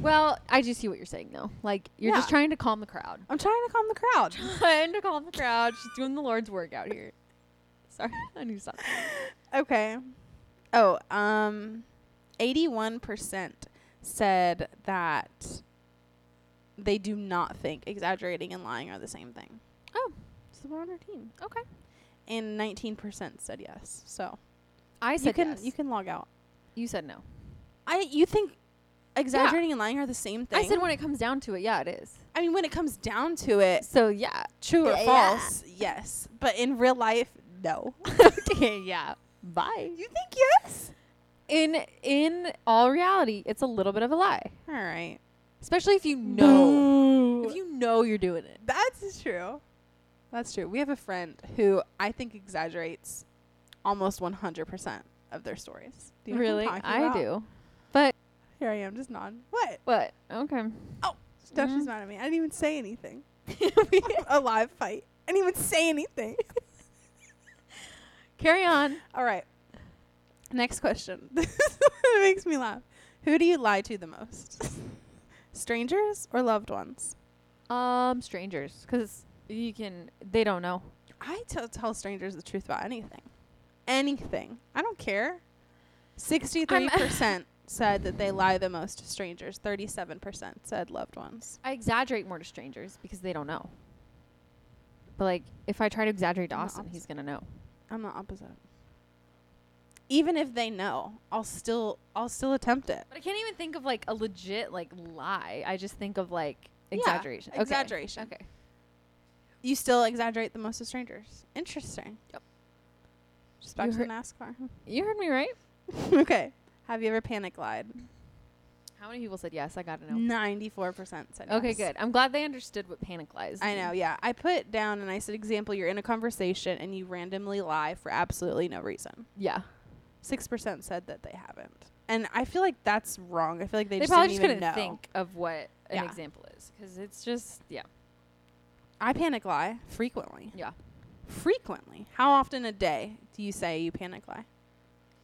Well, I do see what you're saying though. Like you're just
Yeah.
trying to calm the crowd.
I'm trying to calm the crowd.
*laughs* Trying to calm the crowd. She's doing the Lord's work out here. *laughs* Sorry, I knew something.
Okay. Oh, um, 81% said that they do not think exaggerating and lying are the same thing.
Oh.
So we're on our team.
Okay.
And 19% said yes. So
I
you
said
can
yes.
you can log out.
you said no.
I you think exaggerating and lying are the same thing?
I said when it comes down to it, yeah, it is.
I mean when it comes down to it,
So yeah.
true or
Yeah.
false, yes. But in real life, no.
okay. *laughs* Yeah. Bye.
You think yes?
in in all reality, it's a little bit of a lie,
All right.
especially if you know
Boo.
if you know you're doing it.
That's true. That's true. We have a friend who I think exaggerates almost 100% of their stories. Do you know who I'm
really,
talking
I
about?
do.
Here I am, just nodding. What?
But okay,
Now
Mhm.
she's mad at me. I didn't even say *laughs* anything. a live fight. I didn't even say anything.
carry on.
All right. Next question. *laughs* This makes me laugh. Who do you lie to the most? *laughs* Strangers or loved ones?
Um, strangers, because you can they don't know.
I tell tell strangers the truth about anything. Anything. I don't care. *laughs* 63% said that they lie the most to strangers. 37% said loved ones.
I exaggerate more to strangers because they don't know. But like, if I try to exaggerate to
I'm the
Austin, he's gonna know.
I'm the opposite. Even if they know, I'll still I'll still attempt it.
But I can't even think of like a legit like lie. I just think of like
Yeah,
exaggeration. Okay.
Exaggeration.
Okay.
You still exaggerate the most to strangers. Interesting.
Yep.
Just back
You
to the NASCAR. *laughs*
You heard me right.
okay. Have you ever panic lied?
How many people said yes? I gotta know.
Ninety-four percent said.
Okay,
yes.
good. I'm glad they understood what panic lies.
I
mean.
know. Yeah, I put down and I said example. You're in a conversation and you randomly lie for absolutely no reason.
Yeah,
Six percent said that they haven't, and I feel like that's wrong. I feel like they,
they,
just
probably
didn't
just
even
couldn't
know.
think of what an
Yeah.
example is because it's just yeah.
I panic lie frequently.
Yeah.
Frequently. How often a day do you say you panic lie?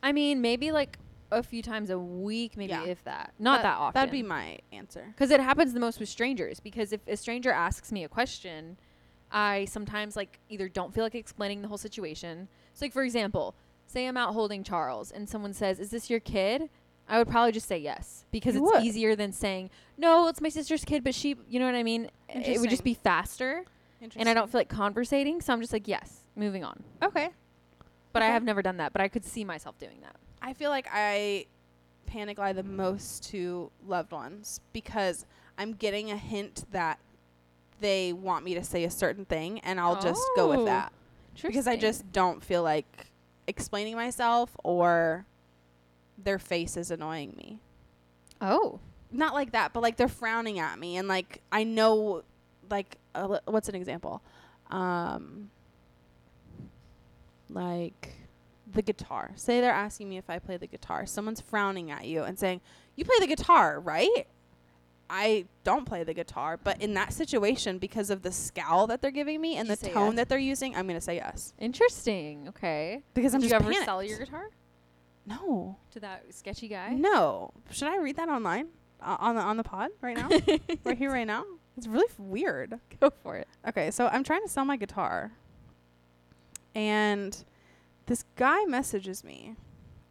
I mean, maybe like a few times a week, maybe
Yeah.
if that. Not that often.
That'd be my answer.
because it happens the most with strangers. Because if a stranger asks me a question, I sometimes like either don't feel like explaining the whole situation. So, like for example, say I'm out holding Charles, and someone says, "Is this your kid?" I would probably just say yes because
You
it's
would.
easier than saying, "No, it's my sister's kid," but she, you know what I mean. It would just
Interesting.
be faster, and I don't feel like conversating, so I'm just like, "Yes, moving on."
Okay.
But I
Okay.
have never done that. But I could see myself doing that.
I feel like I panic lie the most to loved ones because I'm getting a hint that they want me to say a certain thing and I'll just go
Oh,
with that because I
Interesting.
just don't feel like explaining myself or their face is annoying me.
oh
Not like that, but like they're frowning at me and like I know like a li- what's an example? Um like the guitar. Say they're asking me if I play the guitar. Someone's frowning at you and saying, "You play the guitar, right?" I don't play the guitar, but in that situation, because of the scowl that they're giving me and
You
the
say
tone
yes.
that they're using, I'm gonna say yes
interesting. Okay.
because I'm
Did
just
you ever
panicked.
sell your guitar
no,
to that sketchy guy?
no. Should I read that online uh, on the on the pod right now? right here, right now. It's really f- weird.
*laughs* Go for it.
Okay, so I'm trying to sell my guitar. And this guy messages me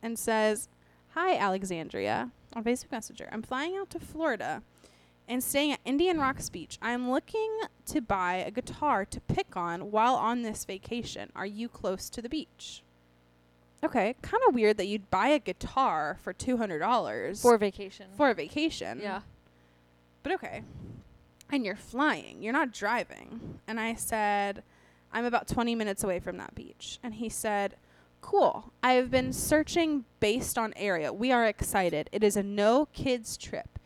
and says, Hi, Alexandria, on Facebook Messenger. I'm flying out to Florida and staying at Indian Rocks Beach. I'm looking to buy a guitar to pick on while on this vacation. Are you close to the beach? Okay, kind of weird that you'd buy a guitar for $200
For vacation.
for a vacation.
yeah.
But okay. And you're flying, you're not driving. And I said, I'm about 20 minutes away from that beach. And he said, Cool. I have been searching based on area. We are excited. It is a no kids trip.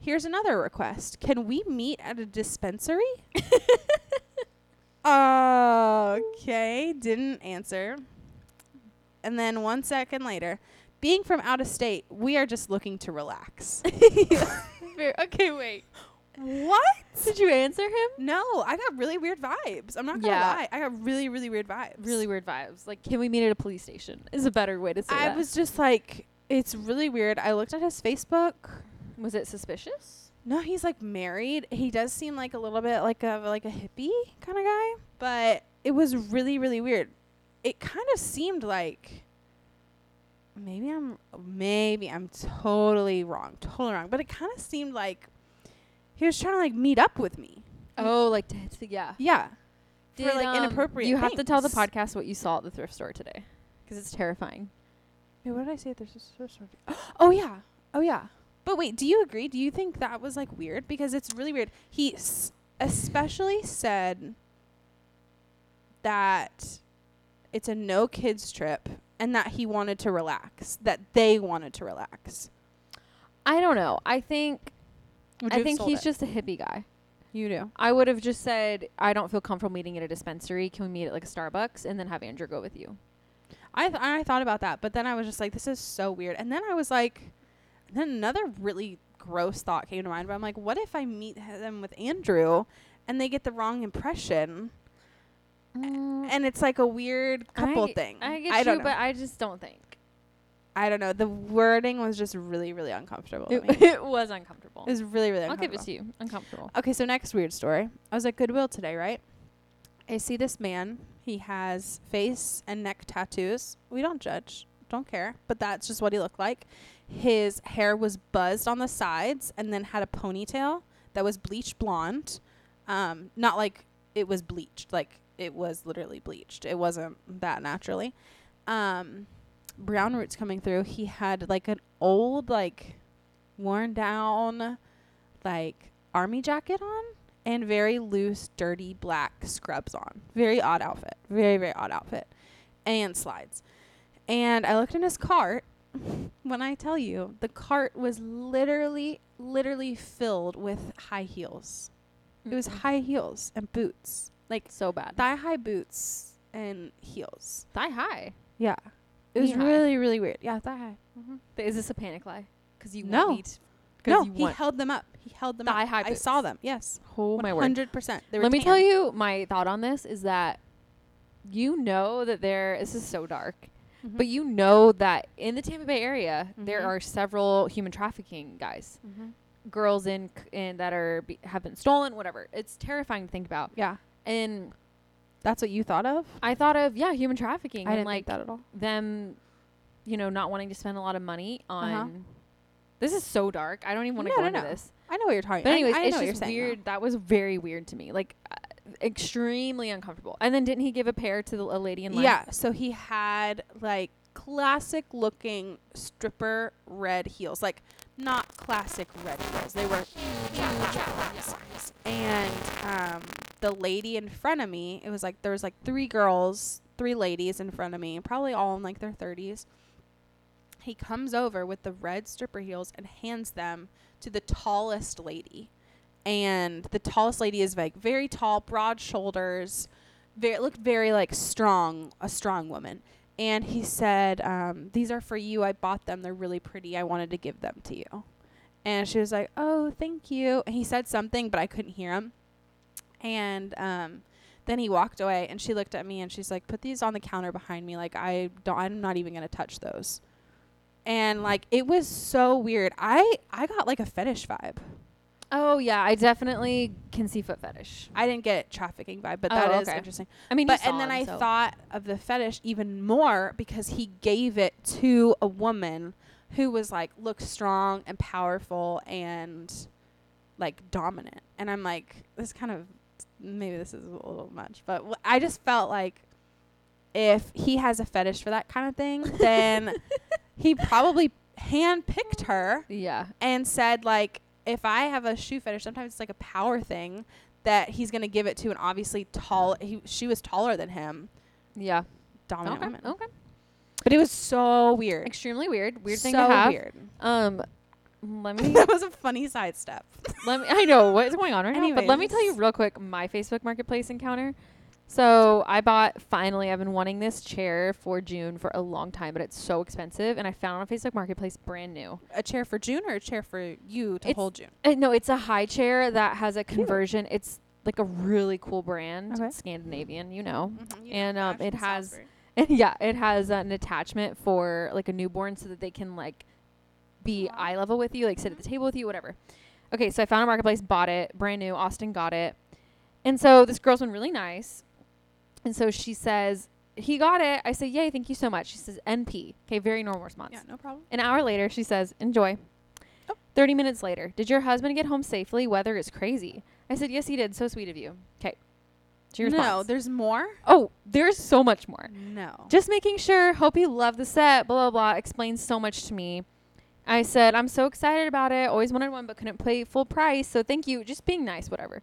Here's another request. Can we meet at a dispensary? okay, didn't answer. And then one second later, being from out of state, we are just looking to relax.
okay, wait.
what?
*laughs* Did you answer him?
No, I got really weird vibes. I'm not gonna
Yeah.
lie. I got really, really weird vibes.
Really weird vibes. Like, can we meet at a police station? Is a better way to say
I
that.
was just like, it's really weird. I looked at his Facebook.
Was it suspicious?
No, he's like married. He does seem like a little bit like a like a hippie kind of guy, but it was really, really weird. It kind of seemed like maybe I'm maybe I'm totally wrong, totally wrong. But it kind of seemed like he was trying to like meet up with me.
Oh, like to, to- yeah.
Yeah,
Did,
for like
um,
inappropriate.
You have to tell the
things.
podcast what you saw at the thrift store today, because it's terrifying.
Wait, what did I say? There's a source order. Oh yeah. Oh yeah. But wait, do you agree? Do you think that was like weird? Because it's really weird. He s- especially said that it's a no kids trip and that he wanted to relax. That they wanted to relax.
I don't know. I think
Would you
I
have
think
sold
he's
it?
just a hippie guy.
you do.
I would have just said, I don't feel comfortable meeting at a dispensary. Can we meet at like a Starbucks and then have Andrew go with you?
I th- I thought about that, but then I was just like, this is so weird. And then I was like, and then another really gross thought came to mind. But I'm like, what if I meet h- them with Andrew, and they get the wrong impression,
Mm.
and it's like a weird couple
I-
thing.
I get
don't
you,
know.
but I just don't think
I don't know. The wording was just really, really uncomfortable. to
it,
me.
it *laughs* was uncomfortable.
It was really, really.
I'll give
uncomfortable.
it to you. Uncomfortable.
Okay, so next weird story. I was at Goodwill today, right? I see this man. He has face and neck tattoos. We don't judge, don't care, but that's just what he looked like. His hair was buzzed on the sides and then had a ponytail that was bleached blonde. Um, not like it was bleached, like it was literally bleached. It wasn't that naturally. Um, brown roots coming through. He had like an old, like worn down, like army jacket on and very loose, dirty black scrubs on. Very odd outfit. Very, very odd outfit. And slides. And I looked in his cart *laughs* when I tell you, the cart was literally, literally filled with high heels. It was
Mm-mm.
high heels and boots, like
so bad.
thigh high boots and heels.
Thigh high.
Yeah. It was
Knee high.
really, really weird. Yeah, thigh high.
Is this a panic lie? Because you
Mm-hmm. No.
want me to- 'cause
No,
you
he
want-
held them up. He held them
Thigh
up.
high
I saw
boots.
them. Yes.
oh my word.
Hundred percent. They were
Let me tell
tan.
you my thought on this is that you know that there. This is so dark,
Mm-hmm.
but you know that in the Tampa Bay area there
Mhm.
are several human trafficking guys,
Mm-hmm.
girls in c- in that are be, have been stolen, whatever. It's terrifying to think about.
Yeah.
And
That's what you thought of?
I thought of yeah, human trafficking
I
and
didn't
like
like that at all.
them, you know, not wanting to spend a lot of money on.
Uh-huh.
This is so dark. I don't even want to
No,
go
no,
into
no.
this.
I know what you're talking
But
I-
anyways,
I, know
it's
what you're
just
saying now.
weird. That was very weird to me. Like, uh, extremely uncomfortable. And then didn't he give a pair to the, a lady in line?
Yeah. So he had like classic looking stripper red heels, like not classic red heels. They were and um, the lady in front of me. It was like there was like three girls, three ladies in front of me, probably all in like their thirties. He comes over with the red stripper heels and hands them to the tallest lady. And the tallest lady is like very tall, broad shoulders, very looked very like strong, a strong woman. And he said, um, "These are for you. I bought them. They're really pretty. I wanted to give them to you." And she was like, "Oh, thank you." And he said something, but I couldn't hear him. And um, then he walked away, and she looked at me, and she's like, "Put these on the counter behind me. Like I don't. I'm not even gonna touch those." And like it was so weird. I I got like a fetish vibe.
Oh yeah, I definitely can see foot fetish.
I didn't get trafficking vibe, but
Oh,
that is
okay.
interesting.
I mean, you
But and
saw
then
him,
I
so- *laughs*
thought of the fetish even more because he gave it to a woman who was like looked strong and powerful and like dominant. And I'm like, this kind of maybe this is a little much, but w- I just felt like if he has a fetish for that kind of *laughs* thing, then he probably handpicked her
yeah,
and said like if I have a shoe fetish, sometimes it's like a power thing that he's gonna give it to an obviously tall. He, she was taller than him,
yeah.
dominant
Okay,
woman.
okay.
But it was so Oh. weird.
Extremely weird. Weird thing
So
to have.
Weird.
Um, let me
*laughs* that was a funny sidestep.
let me I know what's going on right now, but let me tell you
Anyways.
real quick my Facebook Marketplace encounter. So I bought finally I've been wanting this chair for June for a long time, but it's so expensive, and I found it on Facebook Marketplace brand new.
A chair for June or a chair for you to
It's-
hold June?
Uh, no, it's a high chair that has a conversion. It's like a really cool brand,
Okay.
Scandinavian, you know.
Mm-hmm.
and, um, it has- *laughs* yeah, it has an attachment for like a newborn so that they can like be
Aw. Mm-hmm.
eye level with you, like sit at the table with you, whatever. Okay, so I found a marketplace, bought it, brand new. Austin got it, and so this girl's been really nice, and so she says he got it. I say yay, thank you so much. She says NP. Okay, very normal response.
Yeah, no problem.
An hour later, she says, Enjoy.
Oh.
30 minutes later, did your husband get home safely? Weather is crazy. I said, Yes, he did. So sweet of you. Okay. She responds,
No, there's more.
Oh, there's so much more.
No.
Just making sure. Hope you love the set. Blah, blah, blah. Explains so much to me. I said, I'm so excited about it. Always wanted one, but couldn't pay full price. So thank you. Just being nice, whatever.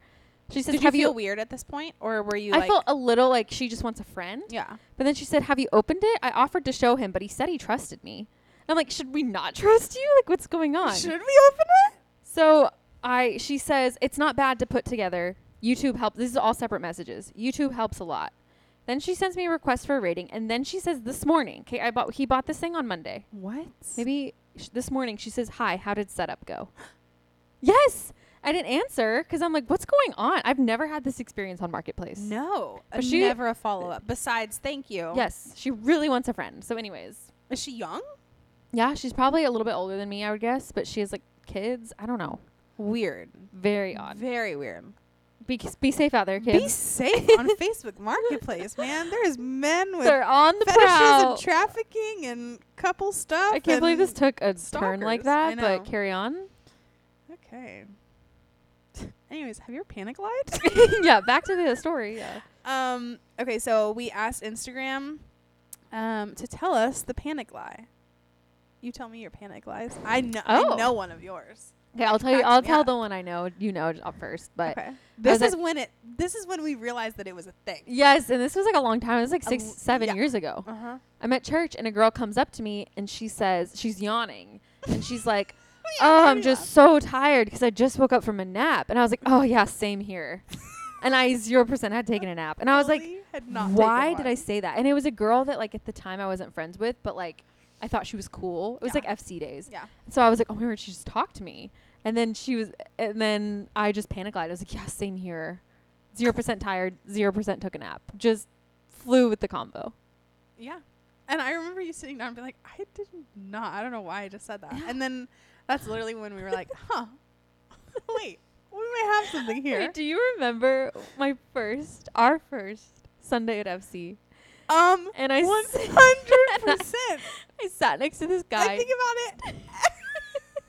She says,
Did you
Have
feel weird at this point, or were you
I
like?
felt a little like she just wants a friend.
yeah.
But then she said, Have you opened it? I offered to show him, but he said he trusted me. I'm like, Should we not *laughs* trust you? Like, what's going on?
Should we open it?
So I she says it's not bad to put together. YouTube helps. This is all separate messages. YouTube helps a lot. Then she sends me a request for a rating, and then she says this morning. Okay, I bought. He bought this thing on Monday.
What?
Maybe sh- this morning she says, "Hi, how did setup go?" *gasps* yes, I didn't answer because I'm like, "What's going on?" I've never had this experience on Marketplace.
No. Uh,
But she-
never a follow up. Besides, thank you.
Yes, she really wants a friend. So, anyways,
Is she young?
yeah, she's probably a little bit older than me, I would guess, but she has like kids. I don't know.
Weird.
Very odd.
Very weird.
Be, be safe out there, kids.
Be safe
*laughs*
on Facebook Marketplace, man. There's men with
They're on the
fetishes
prowl.
and trafficking and couple stuff.
I can't believe this
and-
took a turn like
stalkers. I
that,
know.
but carry on. *laughs*
okay. *laughs* Anyways, have you ever
*laughs*
panic lied?
yeah, back to
*laughs*
the story. Yeah.
um. Okay, so we asked Instagram, um, to tell us the panic lie. You tell me your panic lies. I know.
Oh.
I know one of yours.
Okay, I'll tell you.
cracks
I'll
me
tell
up.
the one I know. You know up first, but
okay. This
like-
is when it. This is when we realized that it was a thing.
yes, and this was like a long time. It was like
A
six,
l-
seven
Um, yeah.
years ago.
Uh huh.
I'm at church, and a girl comes up to me, and she says she's yawning, and
*laughs*
she's like, "Oh, I'm just so tired because I just woke up from a nap." And I was like, "Oh yeah, same here." and I zero percent had taken a nap, and I was like, "Why did I say that?" And it was a girl that like at the time I wasn't friends with, but like I thought she was cool. It was
Yeah.
like FC days.
Yeah.
So I was like, oh my word, she just talked to me. And then she was, and then I just panicked. I was like, yeah, same here. 0% tired, 0% took a nap. Just flew with the combo.
Yeah. And I remember you sitting down and being like, I did not. I don't know why I just said that.
Yeah.
And then that's literally when we were like, *laughs* huh, wait, we may have
*laughs*
something here.
Wait, do you remember my first, our first Sunday at FC?
Um,
And I,
one
s- *laughs* and
hundred
I-
percent.
I sat next to this
I
guy.
think about it. *laughs*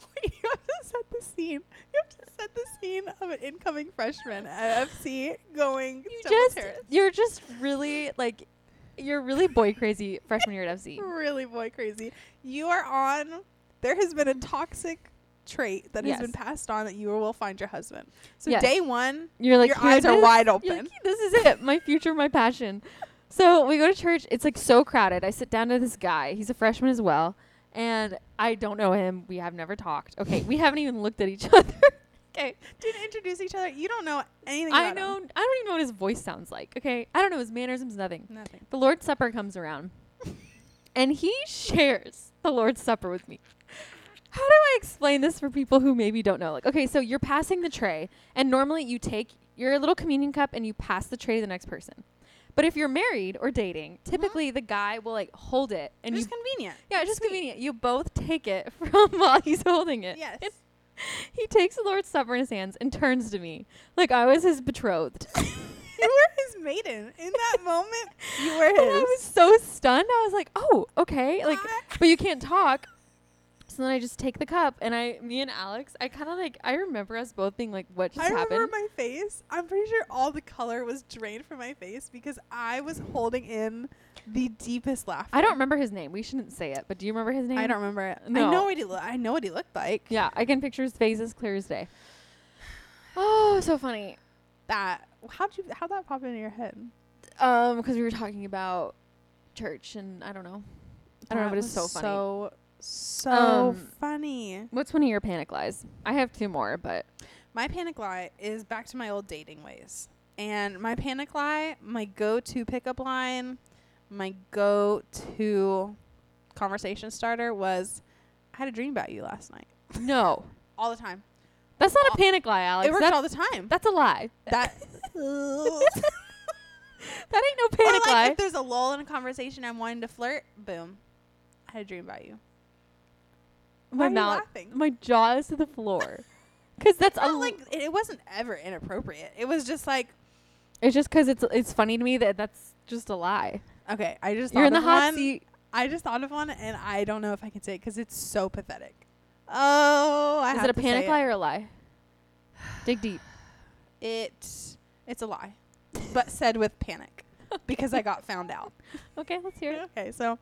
Wait, you have to set the scene. You have to set the scene of an incoming freshman at FC going.
you
to
just,
Terrace.
you're just really like, you're really boy crazy freshman year at
*laughs*
FC.
really boy crazy. You are on. There has been a toxic trait that has been
Yes.
passed on that you will find your husband. So
Yes.
day one,
You're like,
your
"Here
eyes
it
are
is."
wide
You're
open.
like, this is it. My future, my passion. So we go to church. It's like so crowded. I sit down to this guy. He's a freshman as well. And I don't know him. We have never talked. Okay. We haven't even looked at each *laughs* other. okay.
Didn't introduce each other. You don't know anything.
I
about
know.
him.
I don't even know what his voice sounds like. Okay. I don't know his mannerisms, nothing.
nothing.
The Lord's Supper comes around. and he shares the Lord's Supper with me. How do I explain this for people who maybe don't know? Like, okay, so you're passing the tray, and normally you take your little communion cup and you pass the tray to the next person. But if you're married or dating,
Uh-huh.
typically the guy will like hold it and
And
you
it's convenient.
yeah, it's just
sweet.
convenient. You both take it *laughs* from while he's holding it.
Yes.
And *laughs* he takes the Lord's Supper in his hands and turns to me like I was his betrothed.
*laughs*
*laughs*
you were his maiden in that moment. You were
And
his.
I was so stunned. I was like, "Oh, okay." Like,
Ah.
but you can't talk. So then I just take the cup, and I, me and Alex, I kind of like, I remember us both being like, "What just
I remember
happened?"
my face. I'm pretty sure all the color was drained from my face because I was holding in the deepest laughter.
I don't remember his name. We shouldn't say it, but do you remember his name?
I don't remember it. I
No.
know what he. Lo- I know what he looked like.
Yeah, I can picture his face as clear as day. Oh, so funny.
That. How'd you? How'd that pop into your head?
Um, because we were talking about church, and I don't know, I don't know,
That
but it's
was
so funny.
So so
Um,
funny.
What's one of your panic lies? I have two more, but
My panic lie is back to my old dating ways. And my panic lie, my go-to pickup line, my go-to conversation starter was, "I had a dream about you last night."
no,
All the time.
*laughs* that's not
Oh,
a panic lie, Alex.
it worked
That's,
all the
*laughs*
time.
that's a lie.
That.
*laughs* That ain't no
*laughs* or
panic
like
lie.
if there's a lull in a conversation, I'm wanting to flirt. Boom. I had a dream about you. Why
my
are you
mouth,
laughing?
my jaw is to the *laughs* floor, Oh, because that's a
Not
l-
like it, it wasn't ever inappropriate. It was just like
It's just because it's it's funny to me that that's just a lie.
okay, I just
You're in
thought
the
of
hot
one.
seat.
I just thought of one, and I don't know if I can say it because it's so pathetic. Oh, I
Is
have
it a
to
panic
say
lie or a lie? Dig deep.
It. it it's a lie, but said with panic because I got found out.
Okay, let's hear it.
Okay, so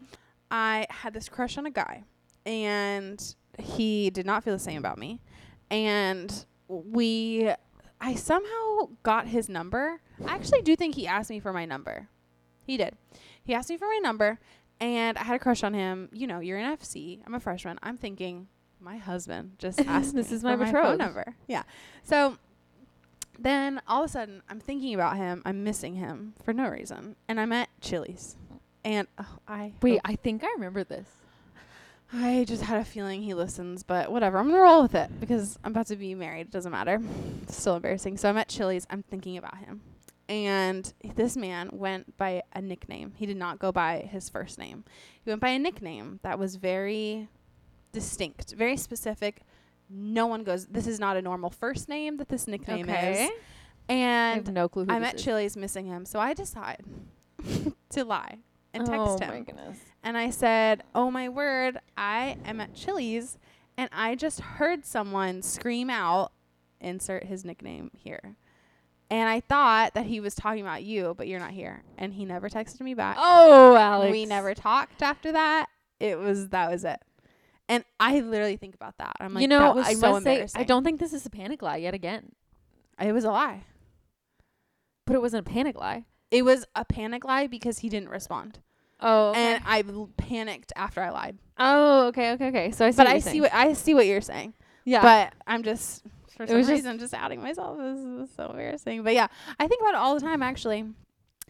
I had this crush on a guy, and he did not feel the same about me. And we, I somehow got his number. I actually do think he asked me for my number. He did. He asked me for my number, and I had a crush on him. You know, you're an FC. I'm a freshman. I'm thinking my husband
*laughs*
just asked
This
me
is my
for my phone
betrothed.
number. Yeah. So then all of a sudden, I'm thinking about him. I'm missing him for no reason, and I'm at Chili's. And oh, I
Wait, I think I remember this.
I just had a feeling he listens, but whatever. I'm gonna roll with it because I'm about to be married. It doesn't matter. It's still embarrassing. So I'm at Chili's. I'm thinking about him, and this man went by a nickname. He did not go by his first name. He went by a nickname that was very distinct, very specific. No one goes. This is not a normal first name that this nickname is.
I
And
have no clue who
I'm
this
at
is.
Chili's missing him, so I decide *laughs* to lie and text
oh
him.
my goodness.
And I said, Oh my word, I am at Chili's and I just heard someone scream out, insert his nickname here. And I thought that he was talking about you, but you're not here. And he never texted me back.
Oh, Alex.
we never talked after that. It was, that was it. And I literally think about that. I'm like,
you know,
that was
I
so
must say, I
embarrassing.
don't think this is a panic lie yet again.
It was a lie.
But it wasn't a panic lie.
It was a panic lie because he didn't respond,
Oh,
and I l- panicked after I lied.
oh, okay, okay, okay. So I see.
but
what
I
you're
see
saying.
what I see what you're saying.
Yeah.
But I'm just for some
was just-
reason just outing myself. This is so embarrassing. But yeah, I think about it all the time. Actually,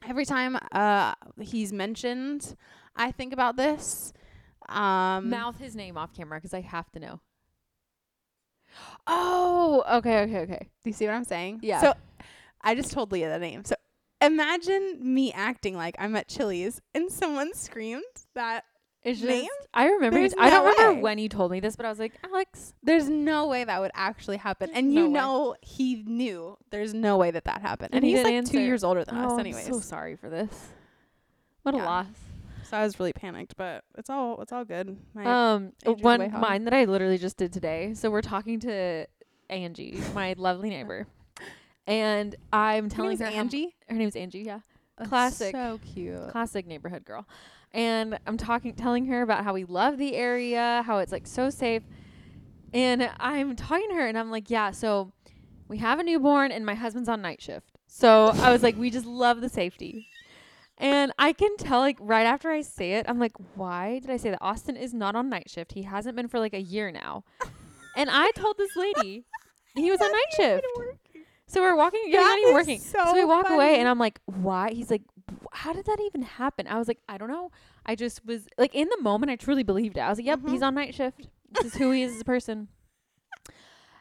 every time uh, he's mentioned, I think about this. Um,
mouth his name off camera because I have to know. Oh, okay, okay, okay.
Do you see what I'm saying?
Yeah.
So I just told Leah the name. So imagine me acting like I'm at Chili's and someone screamed that.
It's just
Name?
I remember.
There's
I don't
no
remember
way.
when you told me this, but I was like, Alex,
There's no way that would actually happen. And
No
you
way.
know he knew there's no way that that happened.
And
And,
he
he's like
didn't
two
answer.
years older than
oh,
us,
I'm
anyways.
so sorry for this. What a
Yeah.
loss.
So I was really panicked, but it's all it's all good. My,
Um,
Andrew's
one
way home.
mine that I literally just did today. So we're talking to Angie,
*laughs*
my lovely neighbor, and I'm telling her how m-
Angie.
her name's Angie. Yeah. Classic.
So cute.
classic neighborhood girl and i'm talking telling her about how we love the area how it's like so safe and i'm talking to her and i'm like yeah so we have a newborn and my husband's on night shift so i was like we just love the safety and i can tell like right after i say it i'm like why did i say that austin is not on night shift he hasn't been for like a year
*laughs*
now and i told this lady he was on night shift so we're walking. Yeah,
That
he's not even
is
working. So,
so
we walk away,
funny.
and I'm like, "Why?" He's like, "W- "How did that even happen?" I was like, "I don't know. I just was like, in the moment, I truly believed it. I was like, "Yep,
Mhm.
he's on night shift. This is who he is
*laughs*
as a person."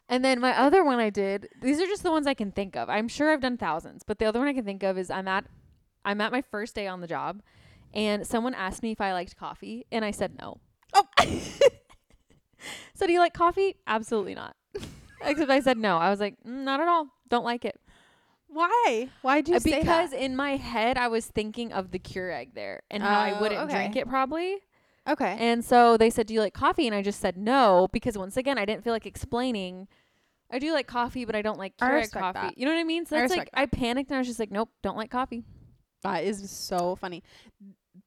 And then my other one I did. These are just the ones I can think of. I'm sure I've done thousands, but the other one I can think of is I'm at, I'm at my first day on the job, and someone asked me if I liked coffee, and I said no.
Oh.
*laughs* so do you like coffee? Absolutely not. Except I said no. I was like, "Mm, not at all. Don't like it.
Why? Why do you
Uh,
say
because
that?
in my head I was thinking of the Keurig there and how I
Oh,
wouldn't drink
okay.
it probably.
Okay.
And so they said, "Do you like coffee?" And I just said no because once again I didn't feel like explaining. I do like coffee, but I don't like
I
Keurig
respect
coffee.
that.
You know what I mean? So
I
that's like
respect
I panicked and I was just like, "Nope, don't like coffee."
That is so funny.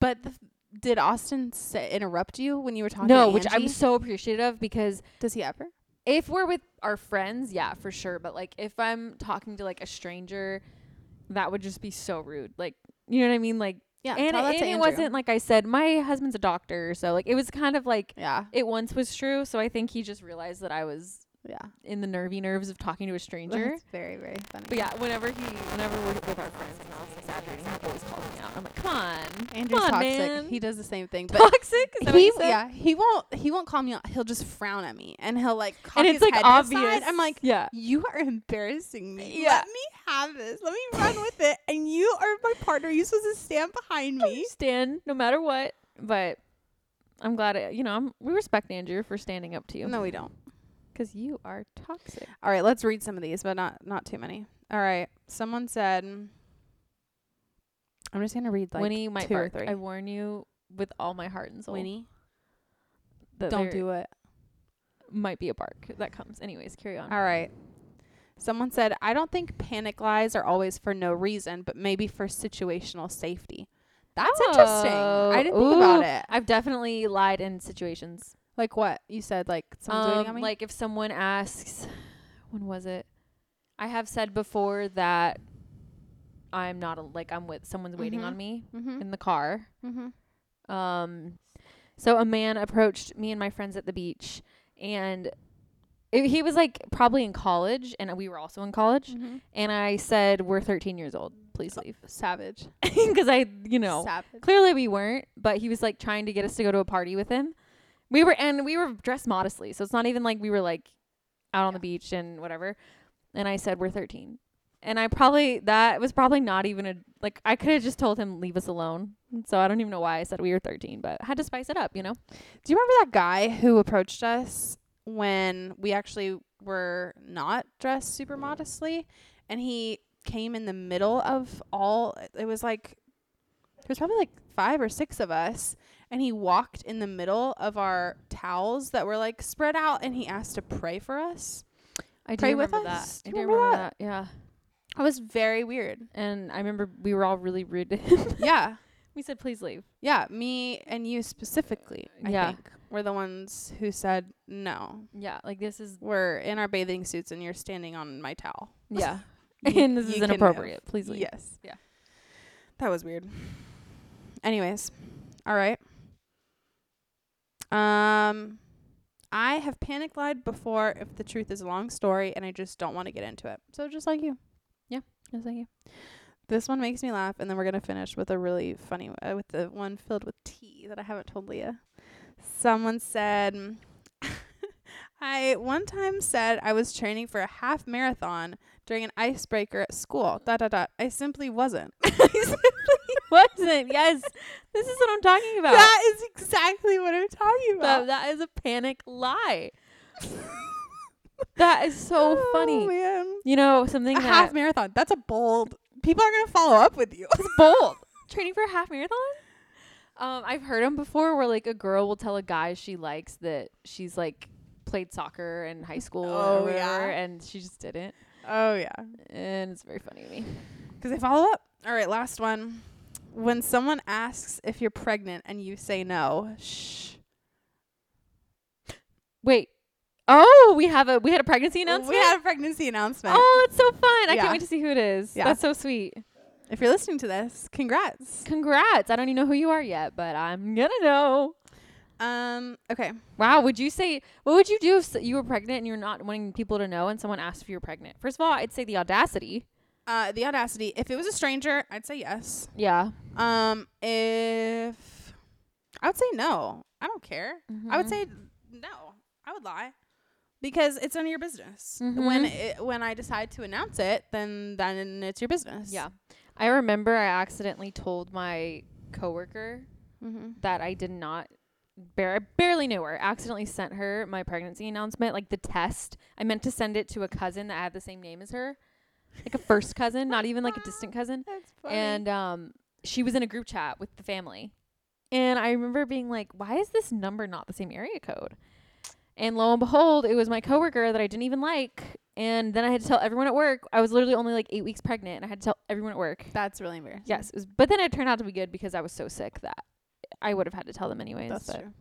But the, did Austin say, interrupt you when you were talking?
no,
to
which I'm
Angie?
so appreciative because
Does he ever?
if we're with our friends, yeah, for sure. But like if I'm talking to like a stranger, that would just be so rude. Like you know what I mean? Like
Yeah.
and,
tell that
and
to
it
Andrew.
wasn't like I said, my husband's a doctor, so like it was kind of like
Yeah.
it once was true, so I think he just realized that I was
Yeah.
in the nervy nerves of talking
*laughs*
to a stranger.
That's very very funny.
But yeah, whenever he, whenever we're with our friends and I was exaggerating, he always called me out. I'm like, come on,
Andrew's
come on,
toxic.
Man. *laughs*
He does the same thing. But
toxic. Is that what
he
you said?
yeah he won't he won't call me out. He'll just frown at me and he'll like cock
and it's
his
like
head to his
obvious.
side. I'm like
yeah,
you are embarrassing me.
Yeah.
Let me have this. Let me run with it. And you are my partner. You're supposed to stand behind me.
stand no matter what. But I'm glad it, you know I'm, we respect Andrew for standing up to you
we don't.
because you are toxic.
All right, let's read some of these, but not not too many. All right. Someone said I'm just gonna read like
Winnie might
two or
bark.
three.
I warn you with all my heart and soul.
Winnie.
that
Don't
there
do it.
Might be a bark that comes. Anyways, carry on.
All right. Someone said, I don't think panic lies are always for no reason, but maybe for situational safety. That's interesting. I didn't think about
Ooh.
it.
I've definitely lied in situations.
Like what? You said like someone's waiting
Um,
on me?
Like if someone asks, when was it? I have said before that I'm not a, like I'm with someone's waiting
Mhm.
on me
mm-hmm.
in the car.
Mm-hmm.
Um, so a man approached me and my friends at the beach, and it, he was like probably in college, and we were also in college.
Mm-hmm.
And I said, "We're 13 years old. Please
*laughs*
leave,"
Savage.
because I, you know,
Savage.
clearly we weren't but he was like trying to get us to go to a party with him we were and we were dressed modestly so it's not even like we were like out on the beach and whatever and i said we're 13 and i probably that was probably not even a like i could have just told him leave us alone so i don't even know why i said we were 13 but I had to spice it up you know
Do you remember that guy who approached us when we actually were not dressed super modestly? And he came in the middle of all, it was like, there was probably like five or six of us. And he walked in the middle of our towels that were like spread out and he asked to pray for us.
i do
Pray with
remember
us.
that i
Do
do
you
remember,
remember
that? yeah
That was very weird.
and i remember we were all really rude to him
yeah.
we said please leave
Yeah. Me and you specifically, I
Yeah.
think. were the ones who said no.
Yeah, like this is
We're in our bathing suits and you're standing on my towel.
yeah,
You-
*laughs* and this is
you can move.
inappropriate. Please leave.
Yes.
Yeah.
That was weird. Anyways, all right. Um I have panic lied before if the truth is a long story and I just don't want to get into it. So just like you.
Yeah,
just like you. This one makes me laugh and then we're going to finish with a really funny uh, with the one filled with tea that I haven't told Leah. Someone said *laughs* I one time said I was training for a half marathon during an icebreaker at school. Dot dot dot. I simply wasn't.
*laughs* Wasn't yes. This is what I'm *laughs* talking about.
That is exactly what I'm talking
That-
about.
that is a panic lie. *laughs* That is so
Oh,
funny.
man.
You know something
A
that
half marathon. That's a bold. People are gonna follow up with you.
It's bold. Training for a half marathon? Um, I've heard them before where like a girl will tell a guy she likes that she's like played soccer in high school
Oh,
or whatever,
yeah.
and she just didn't.
oh yeah,
And it's very funny to me.
because they follow up. All right, last one. When someone asks if you're pregnant and you say no, shh.
Wait. Oh, we have a we had a pregnancy announcement.
We had a pregnancy announcement.
oh, it's so fun. I
Yeah.
can't wait to see who it is.
Yeah.
That's so sweet.
If you're listening to this, congrats.
Congrats. I don't even know who you are yet, but I'm gonna know.
Um. Okay.
Wow, would you say what would you do if s- you were pregnant and you're not wanting people to know and someone asked if you were pregnant? First of all, I'd say the audacity.
Uh, the audacity. If it was a stranger, I'd say yes.
Yeah.
Um, if I would say no, I don't care. I would
Mhm.
say no. I would lie because it's none of your business.
Mm-hmm.
When it, when I decide to announce it, then then it's your business.
Yeah. I remember I accidentally told my coworker
Mm-hmm.
that I did not bar- I barely knew her. Accidentally sent her my pregnancy announcement, like the test. I meant to send it to a cousin that had the same name as her. Like a first cousin, not even like a distant cousin.
That's
And um she was in a group chat with the family. And I remember being like, why is this number not the same area code? And lo and behold, it was my coworker that I didn't even like. And then I had to tell everyone at work. I was literally only like eight weeks pregnant, and I had to tell everyone at work.
that's really embarrassing.
Yes, it was, but then it turned out to be good because I was so sick that I would have had to tell them anyways.
that's
but
true.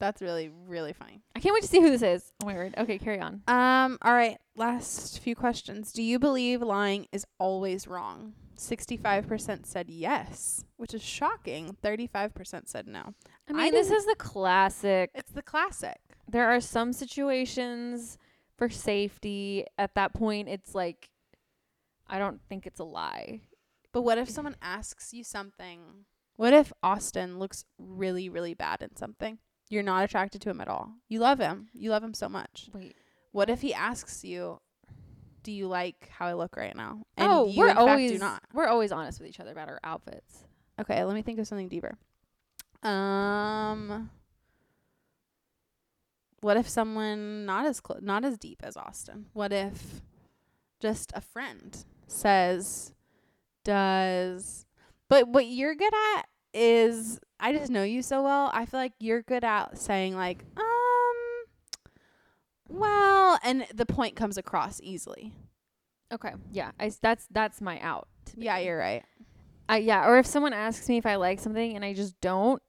That's really really funny.
I can't wait to see who this is. Oh my word. Okay, carry on.
Um. All right. Last few questions. Do you believe lying is always wrong? Sixty-five percent said yes, which is shocking. Thirty-five percent said no.
I
I
mean, this
didn't-
is the classic.
It's the classic.
There are some situations for safety. At that point, it's like, I don't think it's a lie.
But what if someone asks you something? What if Austin looks really, really bad in something? You're not attracted to him at all. You love him. You love him so much.
Wait.
What if he asks you, "Do you like how I look right now?" And
oh,
you
we're
in fact
always
do not.
we're always honest with each other about our outfits.
Okay, let me think of something deeper. Um, what if someone not as clo- not as deep as Austin? What if just a friend says, "Does," but what you're good at is I just know you so well. I feel like you're good at saying like, um, well, and the point comes across easily.
Okay. Yeah. I s that's that's my out.
Yeah, you're right.
I, yeah, or if someone asks me if I like something and I just don't.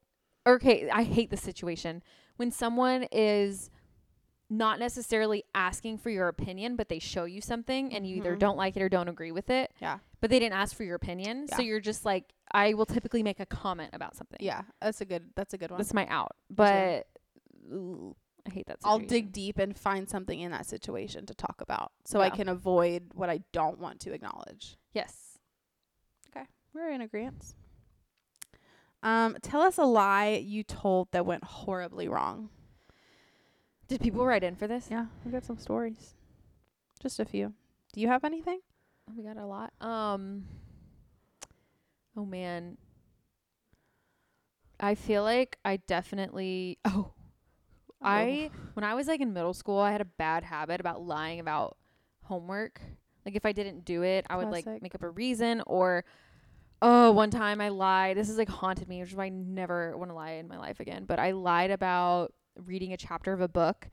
or, Okay, I hate this situation when someone is not necessarily asking for your opinion, but they show you something and you either
Mhm.
don't like it or don't agree with it.
Yeah.
But they didn't ask for your opinion, so
Yeah.
you're just like, I will typically make a comment about something.
Yeah, that's a good that's a good one.
that's my out. But ooh, I hate that.
I'll
Situation.
dig deep and find something in that situation to talk about so I
Yeah.
can avoid what I don't want to acknowledge.
Yes.
We're in agreement. Um, tell us a lie you told that went horribly wrong.
Did people write in for this?
Yeah, we got some stories. Just a few. Do you have anything?
Oh my god, a lot. Um Oh man. I feel like I definitely *laughs* oh I when I was like in middle school, I had a bad habit about lying about homework. Like if I didn't do it, I would
Classic.
like make up a reason or oh, one time I lied. This is like haunted me, which is why I never want to lie in my life again. But I lied about reading a chapter of a book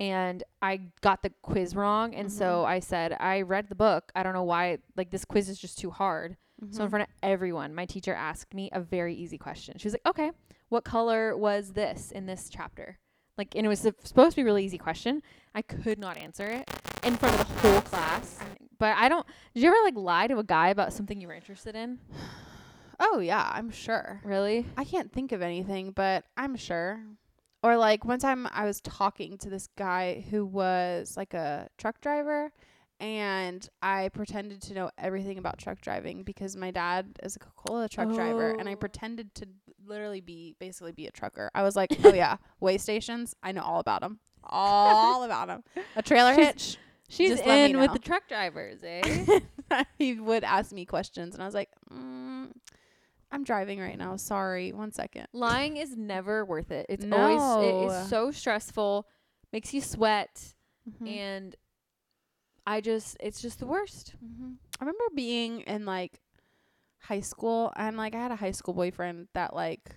and I got the quiz wrong and
Mm-hmm.
so I said, I read the book. I don't know why like this quiz
Mm-hmm.
is just too hard. So in front of everyone, my teacher asked me a very easy question. She was like, "Okay, what color was this in this chapter? Like, and it was sup- supposed to be a really easy question. I could not answer it in front of the whole class. But I don't. Did you ever like lie to a guy about something you were interested in?
Oh yeah, I'm sure.
Really?
I can't think of anything, but I'm sure. Or like one time I was talking to this guy who was like a truck driver and I pretended to know everything about truck driving because my dad is a Coca-Cola truck driver and I
Oh.
pretended to literally be basically be a trucker. I was like,
*laughs*
"Oh yeah, way stations, I know all about them. All about them. A trailer
She's-
hitch." *laughs*
She's
Just let me
in with
know.
the truck drivers, eh?
he would ask me questions and I was like, mm, "I'm driving right now. Sorry. One second.
Lying is never worth it. It's always it
No.
is so stressful, makes you sweat,
Mhm.
and I just it's just the worst.
hmm I remember being in like high school and like I had a high school boyfriend that like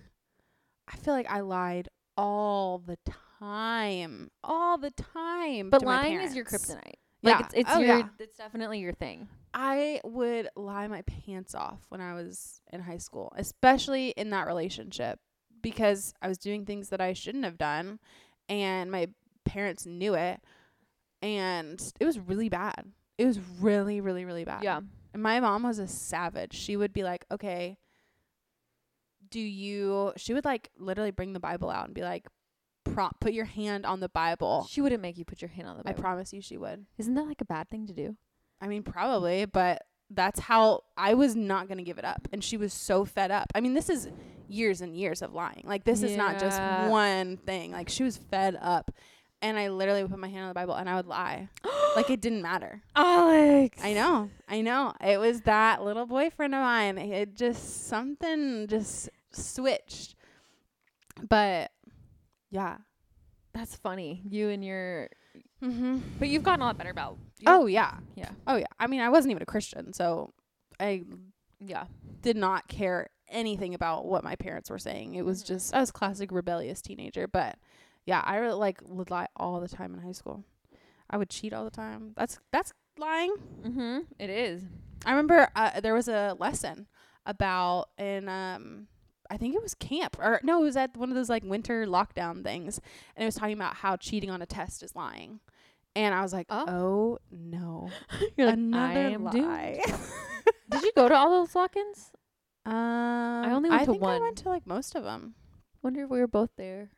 I feel like I lied all the time, all the time.
But
to my
lying is your
parents.
kryptonite.
Yeah.
Like it's it's
Oh,
your
yeah.
it's definitely your thing.
I would lie my pants off when I was in high school, especially in that relationship because I was doing things that I shouldn't have done and my parents knew it and it was really bad. It was really really really bad.
Yeah.
And my mom was a savage. She would be like, okay, do you, she would like literally bring the Bible out and be like, prop, put your hand on the Bible.
She wouldn't make you put your hand on the
I
Bible.
promise you she would.
Isn't that like a bad thing to *gasps* do?
I mean, probably, but that's how I was not going to give it up. And she was so fed up. I mean, this is years and years of lying. Like, this is not just
Yeah.
one thing. Like, she was fed up. And I literally would put my hand on the Bible and I would lie. like, it didn't matter.
Alex.
I know, I know. It was that little boyfriend of mine. It just something just switched. But yeah.
That's funny. You and your
Mm-hmm.
But you've gotten a lot better about you-
Oh yeah,
Yeah.
Oh yeah. I mean, I wasn't even a Christian, so I
yeah.
did not care anything about what my parents were saying. It was just I was classic rebellious teenager. But yeah, I really like would lie all the time in high school. I would cheat all the time. That's that's lying.
Mhm. It is.
I remember uh, there was a lesson about in um I think it was camp or no, it was at one of those like winter lockdown things, and it was talking about how cheating on a test is lying, and I was like,
Oh.
oh, no,
*laughs* *laughs* You're
another lie.
*laughs*
*laughs*
Did you go to all those lock-ins?
um, I
only went
I
to
think I
one.
went to like most of them.
Wonder if we were both there.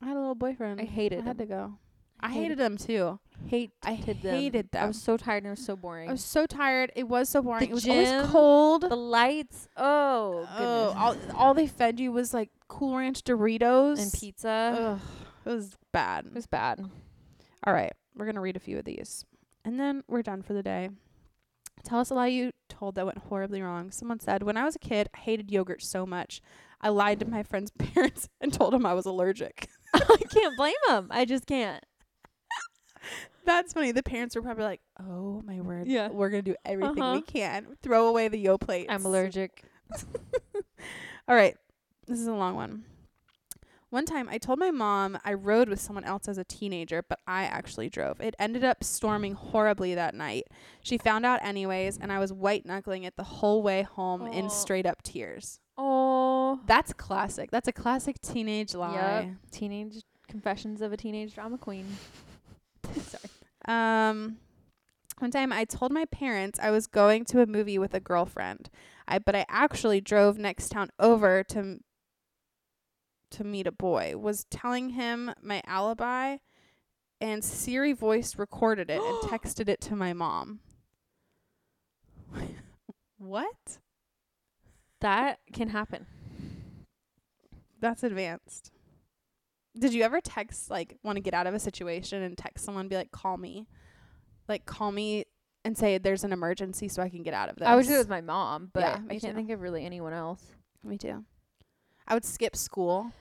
I had a little boyfriend.
Um, I hated
I had
them.
to go. I
hated
hated them too.
Hate
I hated them.
I was so tired and it was so boring.
I was so tired. It was so boring.
The
it was
gym,
always cold.
the lights. Oh, goodness.
oh, all, all they fed you was like Cool Ranch Doritos
and pizza.
Ugh, it was bad.
It was bad.
*laughs*
*laughs*
All right, we're gonna read a few of these, and then we're done for the day. Tell us a lie you told that went horribly wrong. Someone said, "When I was a kid, I hated yogurt so much, I lied to my friend's *laughs* parents and told them I was allergic." *laughs*
I can't blame them. I just can't.
That's funny. The parents were probably like, "Oh my word,
Yeah.
we're gonna do everything
Uh-huh.
we can. Throw away the yo plates."
I'm allergic.
All right. This is a long one. One time I told my mom I rode with someone else as a teenager, but I actually drove. It ended up storming horribly that night. She found out anyways, and I was white knuckling it the whole way home
Aw.
in straight up tears.
Oh,
That's classic. That's a classic teenage lie.
teenage confessions of a teenage drama queen. *laughs* Sorry.
Um one time I told my parents I was going to a movie with a girlfriend. I but I actually drove next town over to m- to meet a boy. Was telling him my alibi and Siri voice recorded it and texted it to my mom. *laughs* what?
That can happen.
That's advanced. Did you ever text like want to get out of a situation and text someone and be like call me? Like call me and say there's an emergency so I can get out of this.
I would do it with my mom, but
Yeah,
I
me
can't
too.
think of really anyone else.
*laughs* Me too. I would skip school.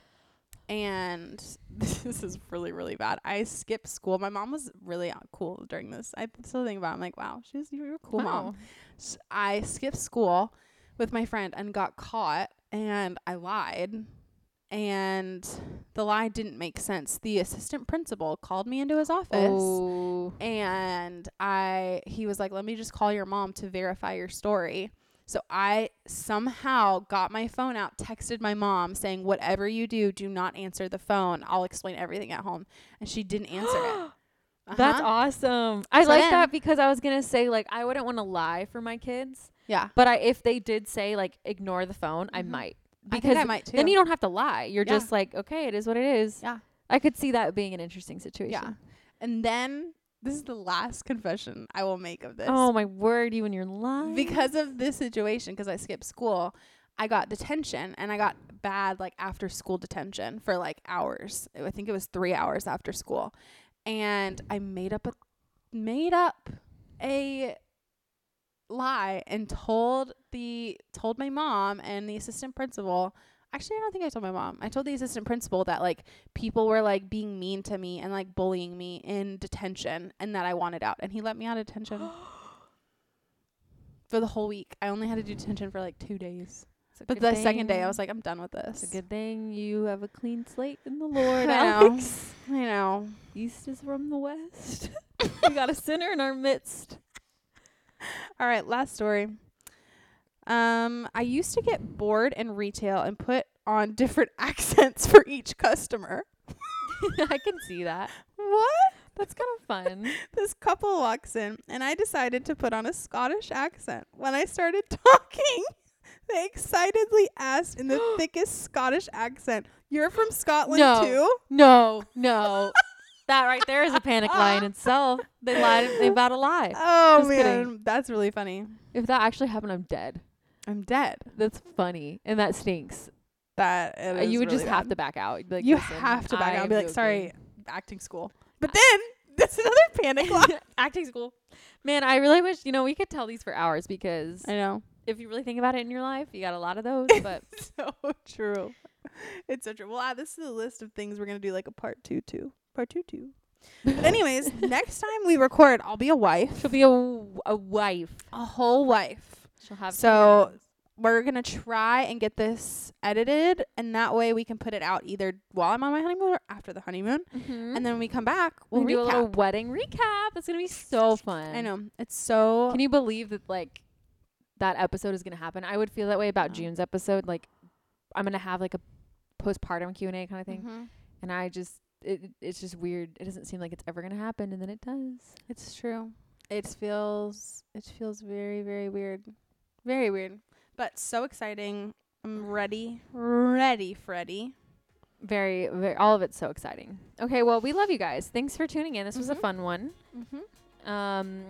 And *laughs* this is really, really bad. I skipped school. My mom was really out- cool during this. I still think about it. I'm like, wow, she was, you were a cool mom.
Wow.
S- I skipped school with my friend and got caught, and I lied. And the lie didn't make sense. The assistant principal called me into his office
Oh.
and I he was like, "Let me just call your mom to verify your story." So I somehow got my phone out, texted my mom saying, Whatever you do, do not answer the phone. I'll explain everything at home. And she didn't answer
*gasps*
it.
That's
Uh-huh.
awesome. I
So
like
then-
that because I was gonna say like I wouldn't want to lie for my kids,
Yeah.
but I if they did say like ignore the phone, I
Mhm.
might
I think
because
I might too.
then you don't have to lie. You're
Yeah.
just like okay, it is what it is.
Yeah.
I could see that being an interesting situation.
Yeah. And then this is the last *laughs* confession I will make of this.
Oh my word, you and your lying.
because of this situation because i skipped school i got detention and i got bad like after school detention for like hours i think it was three hours after school and i made up a made up a lie and told the told my mom and the assistant principal actually i don't think i told my mom i told the assistant principal that like people were like being mean to me and like bullying me in detention and that i wanted out and he let me out of detention *gasps* for the whole week. I only had to do detention for like two days.
It's a
But
good
the second day, I
thing-
was like, I'm done with this.
It's a good thing you have a clean slate in
*laughs*
the Lord,
I know.
Alex.
I know.
East is from the west. *laughs* we got a sinner in our midst. *laughs*
All right, last story. Um, I used to get bored in retail and put on different *laughs* accents for each customer.
I can see that.
What?
That's kind of
*laughs*
fun.
This couple walks in, and I decided to put on a Scottish accent. When I started *laughs* talking, they excitedly
*gasps*
asked in the thickest Scottish accent, "You're from Scotland
No.
too?"
No, no. that right there is a panic
*laughs*
lie in itself. They lied. They about a lie.
Oh
Just
man,
kidding.
that's really funny.
If that actually happened, I'm dead.
I'm dead.
That's funny, and that stinks.
that
Uh,
it is
you would just
really
have
bad.
to back out. You'd be Like,
you
"Listen,
have to back
I
out and
am
be like,
joking."
sorry, acting school. But then *laughs* that's another panic line.
*laughs* Acting school. Man, I really wish you know we could tell these for hours because
*laughs* I know.
if you really think about it in your life, you got a lot of those. But
*laughs* So true. It's so true. Well, ah, this is a list of things we're gonna do like a part two two. Part two two. *laughs* But anyways, next time we record, I'll be a wife.
she'll be a, w- a wife.
A whole wife.
She'll have
So-
kids.
We're gonna try and get this edited and that way we can put it out either while I'm on my honeymoon or after the honeymoon.
Mhm.
And then when we come back,
we
we'll
can do a little
recap.
wedding recap. It's gonna be so fun.
I know. It's so
Can you believe that like that episode is gonna happen? I would feel that way about
No.
June's episode. Like I'm gonna have like a postpartum Q and A kind of thing,
Mhm.
and I just it it- it's just weird. It doesn't seem like it's ever gonna happen, and then it does.
It's true. It feels it feels very very weird. Very weird. But so exciting. I'm ready. Ready, Freddy.
Very, very all of it's so exciting. Okay, well we love you guys. Thanks for tuning in. This was a
Mhm.
fun one.
Mm-hmm.
Um,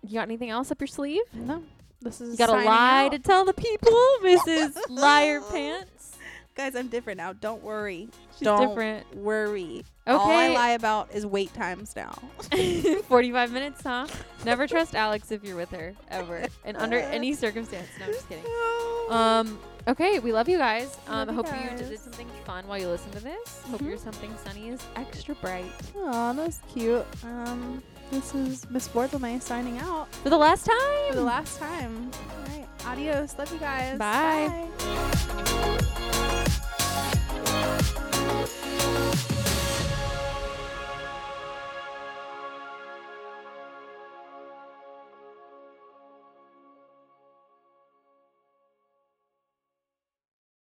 you got anything else up your sleeve?
No. This is
You got a
signing
lie
out.
to tell the
*laughs*
people, Mrs. Liar Pants.
Guys, I'm different now. Don't worry.
She's
Don't
different.
Worry. All I
Okay. *laughs*
lie about is wait times now. *laughs*
45 minutes, huh? Never trust Alex if you're with her
*laughs*
ever and under any circumstance. No, I'm just kidding. Um, okay, we love you guys. Um,
Love you
hope you
guys.
did something fun while you listen to this. Hope
Mhm.
your something sunny is extra bright.
Aw, that was cute. Um, this is Miss Bordelmay signing out
For the last time.
for the last time. All right. Adios. Love you guys.
Bye.
Bye.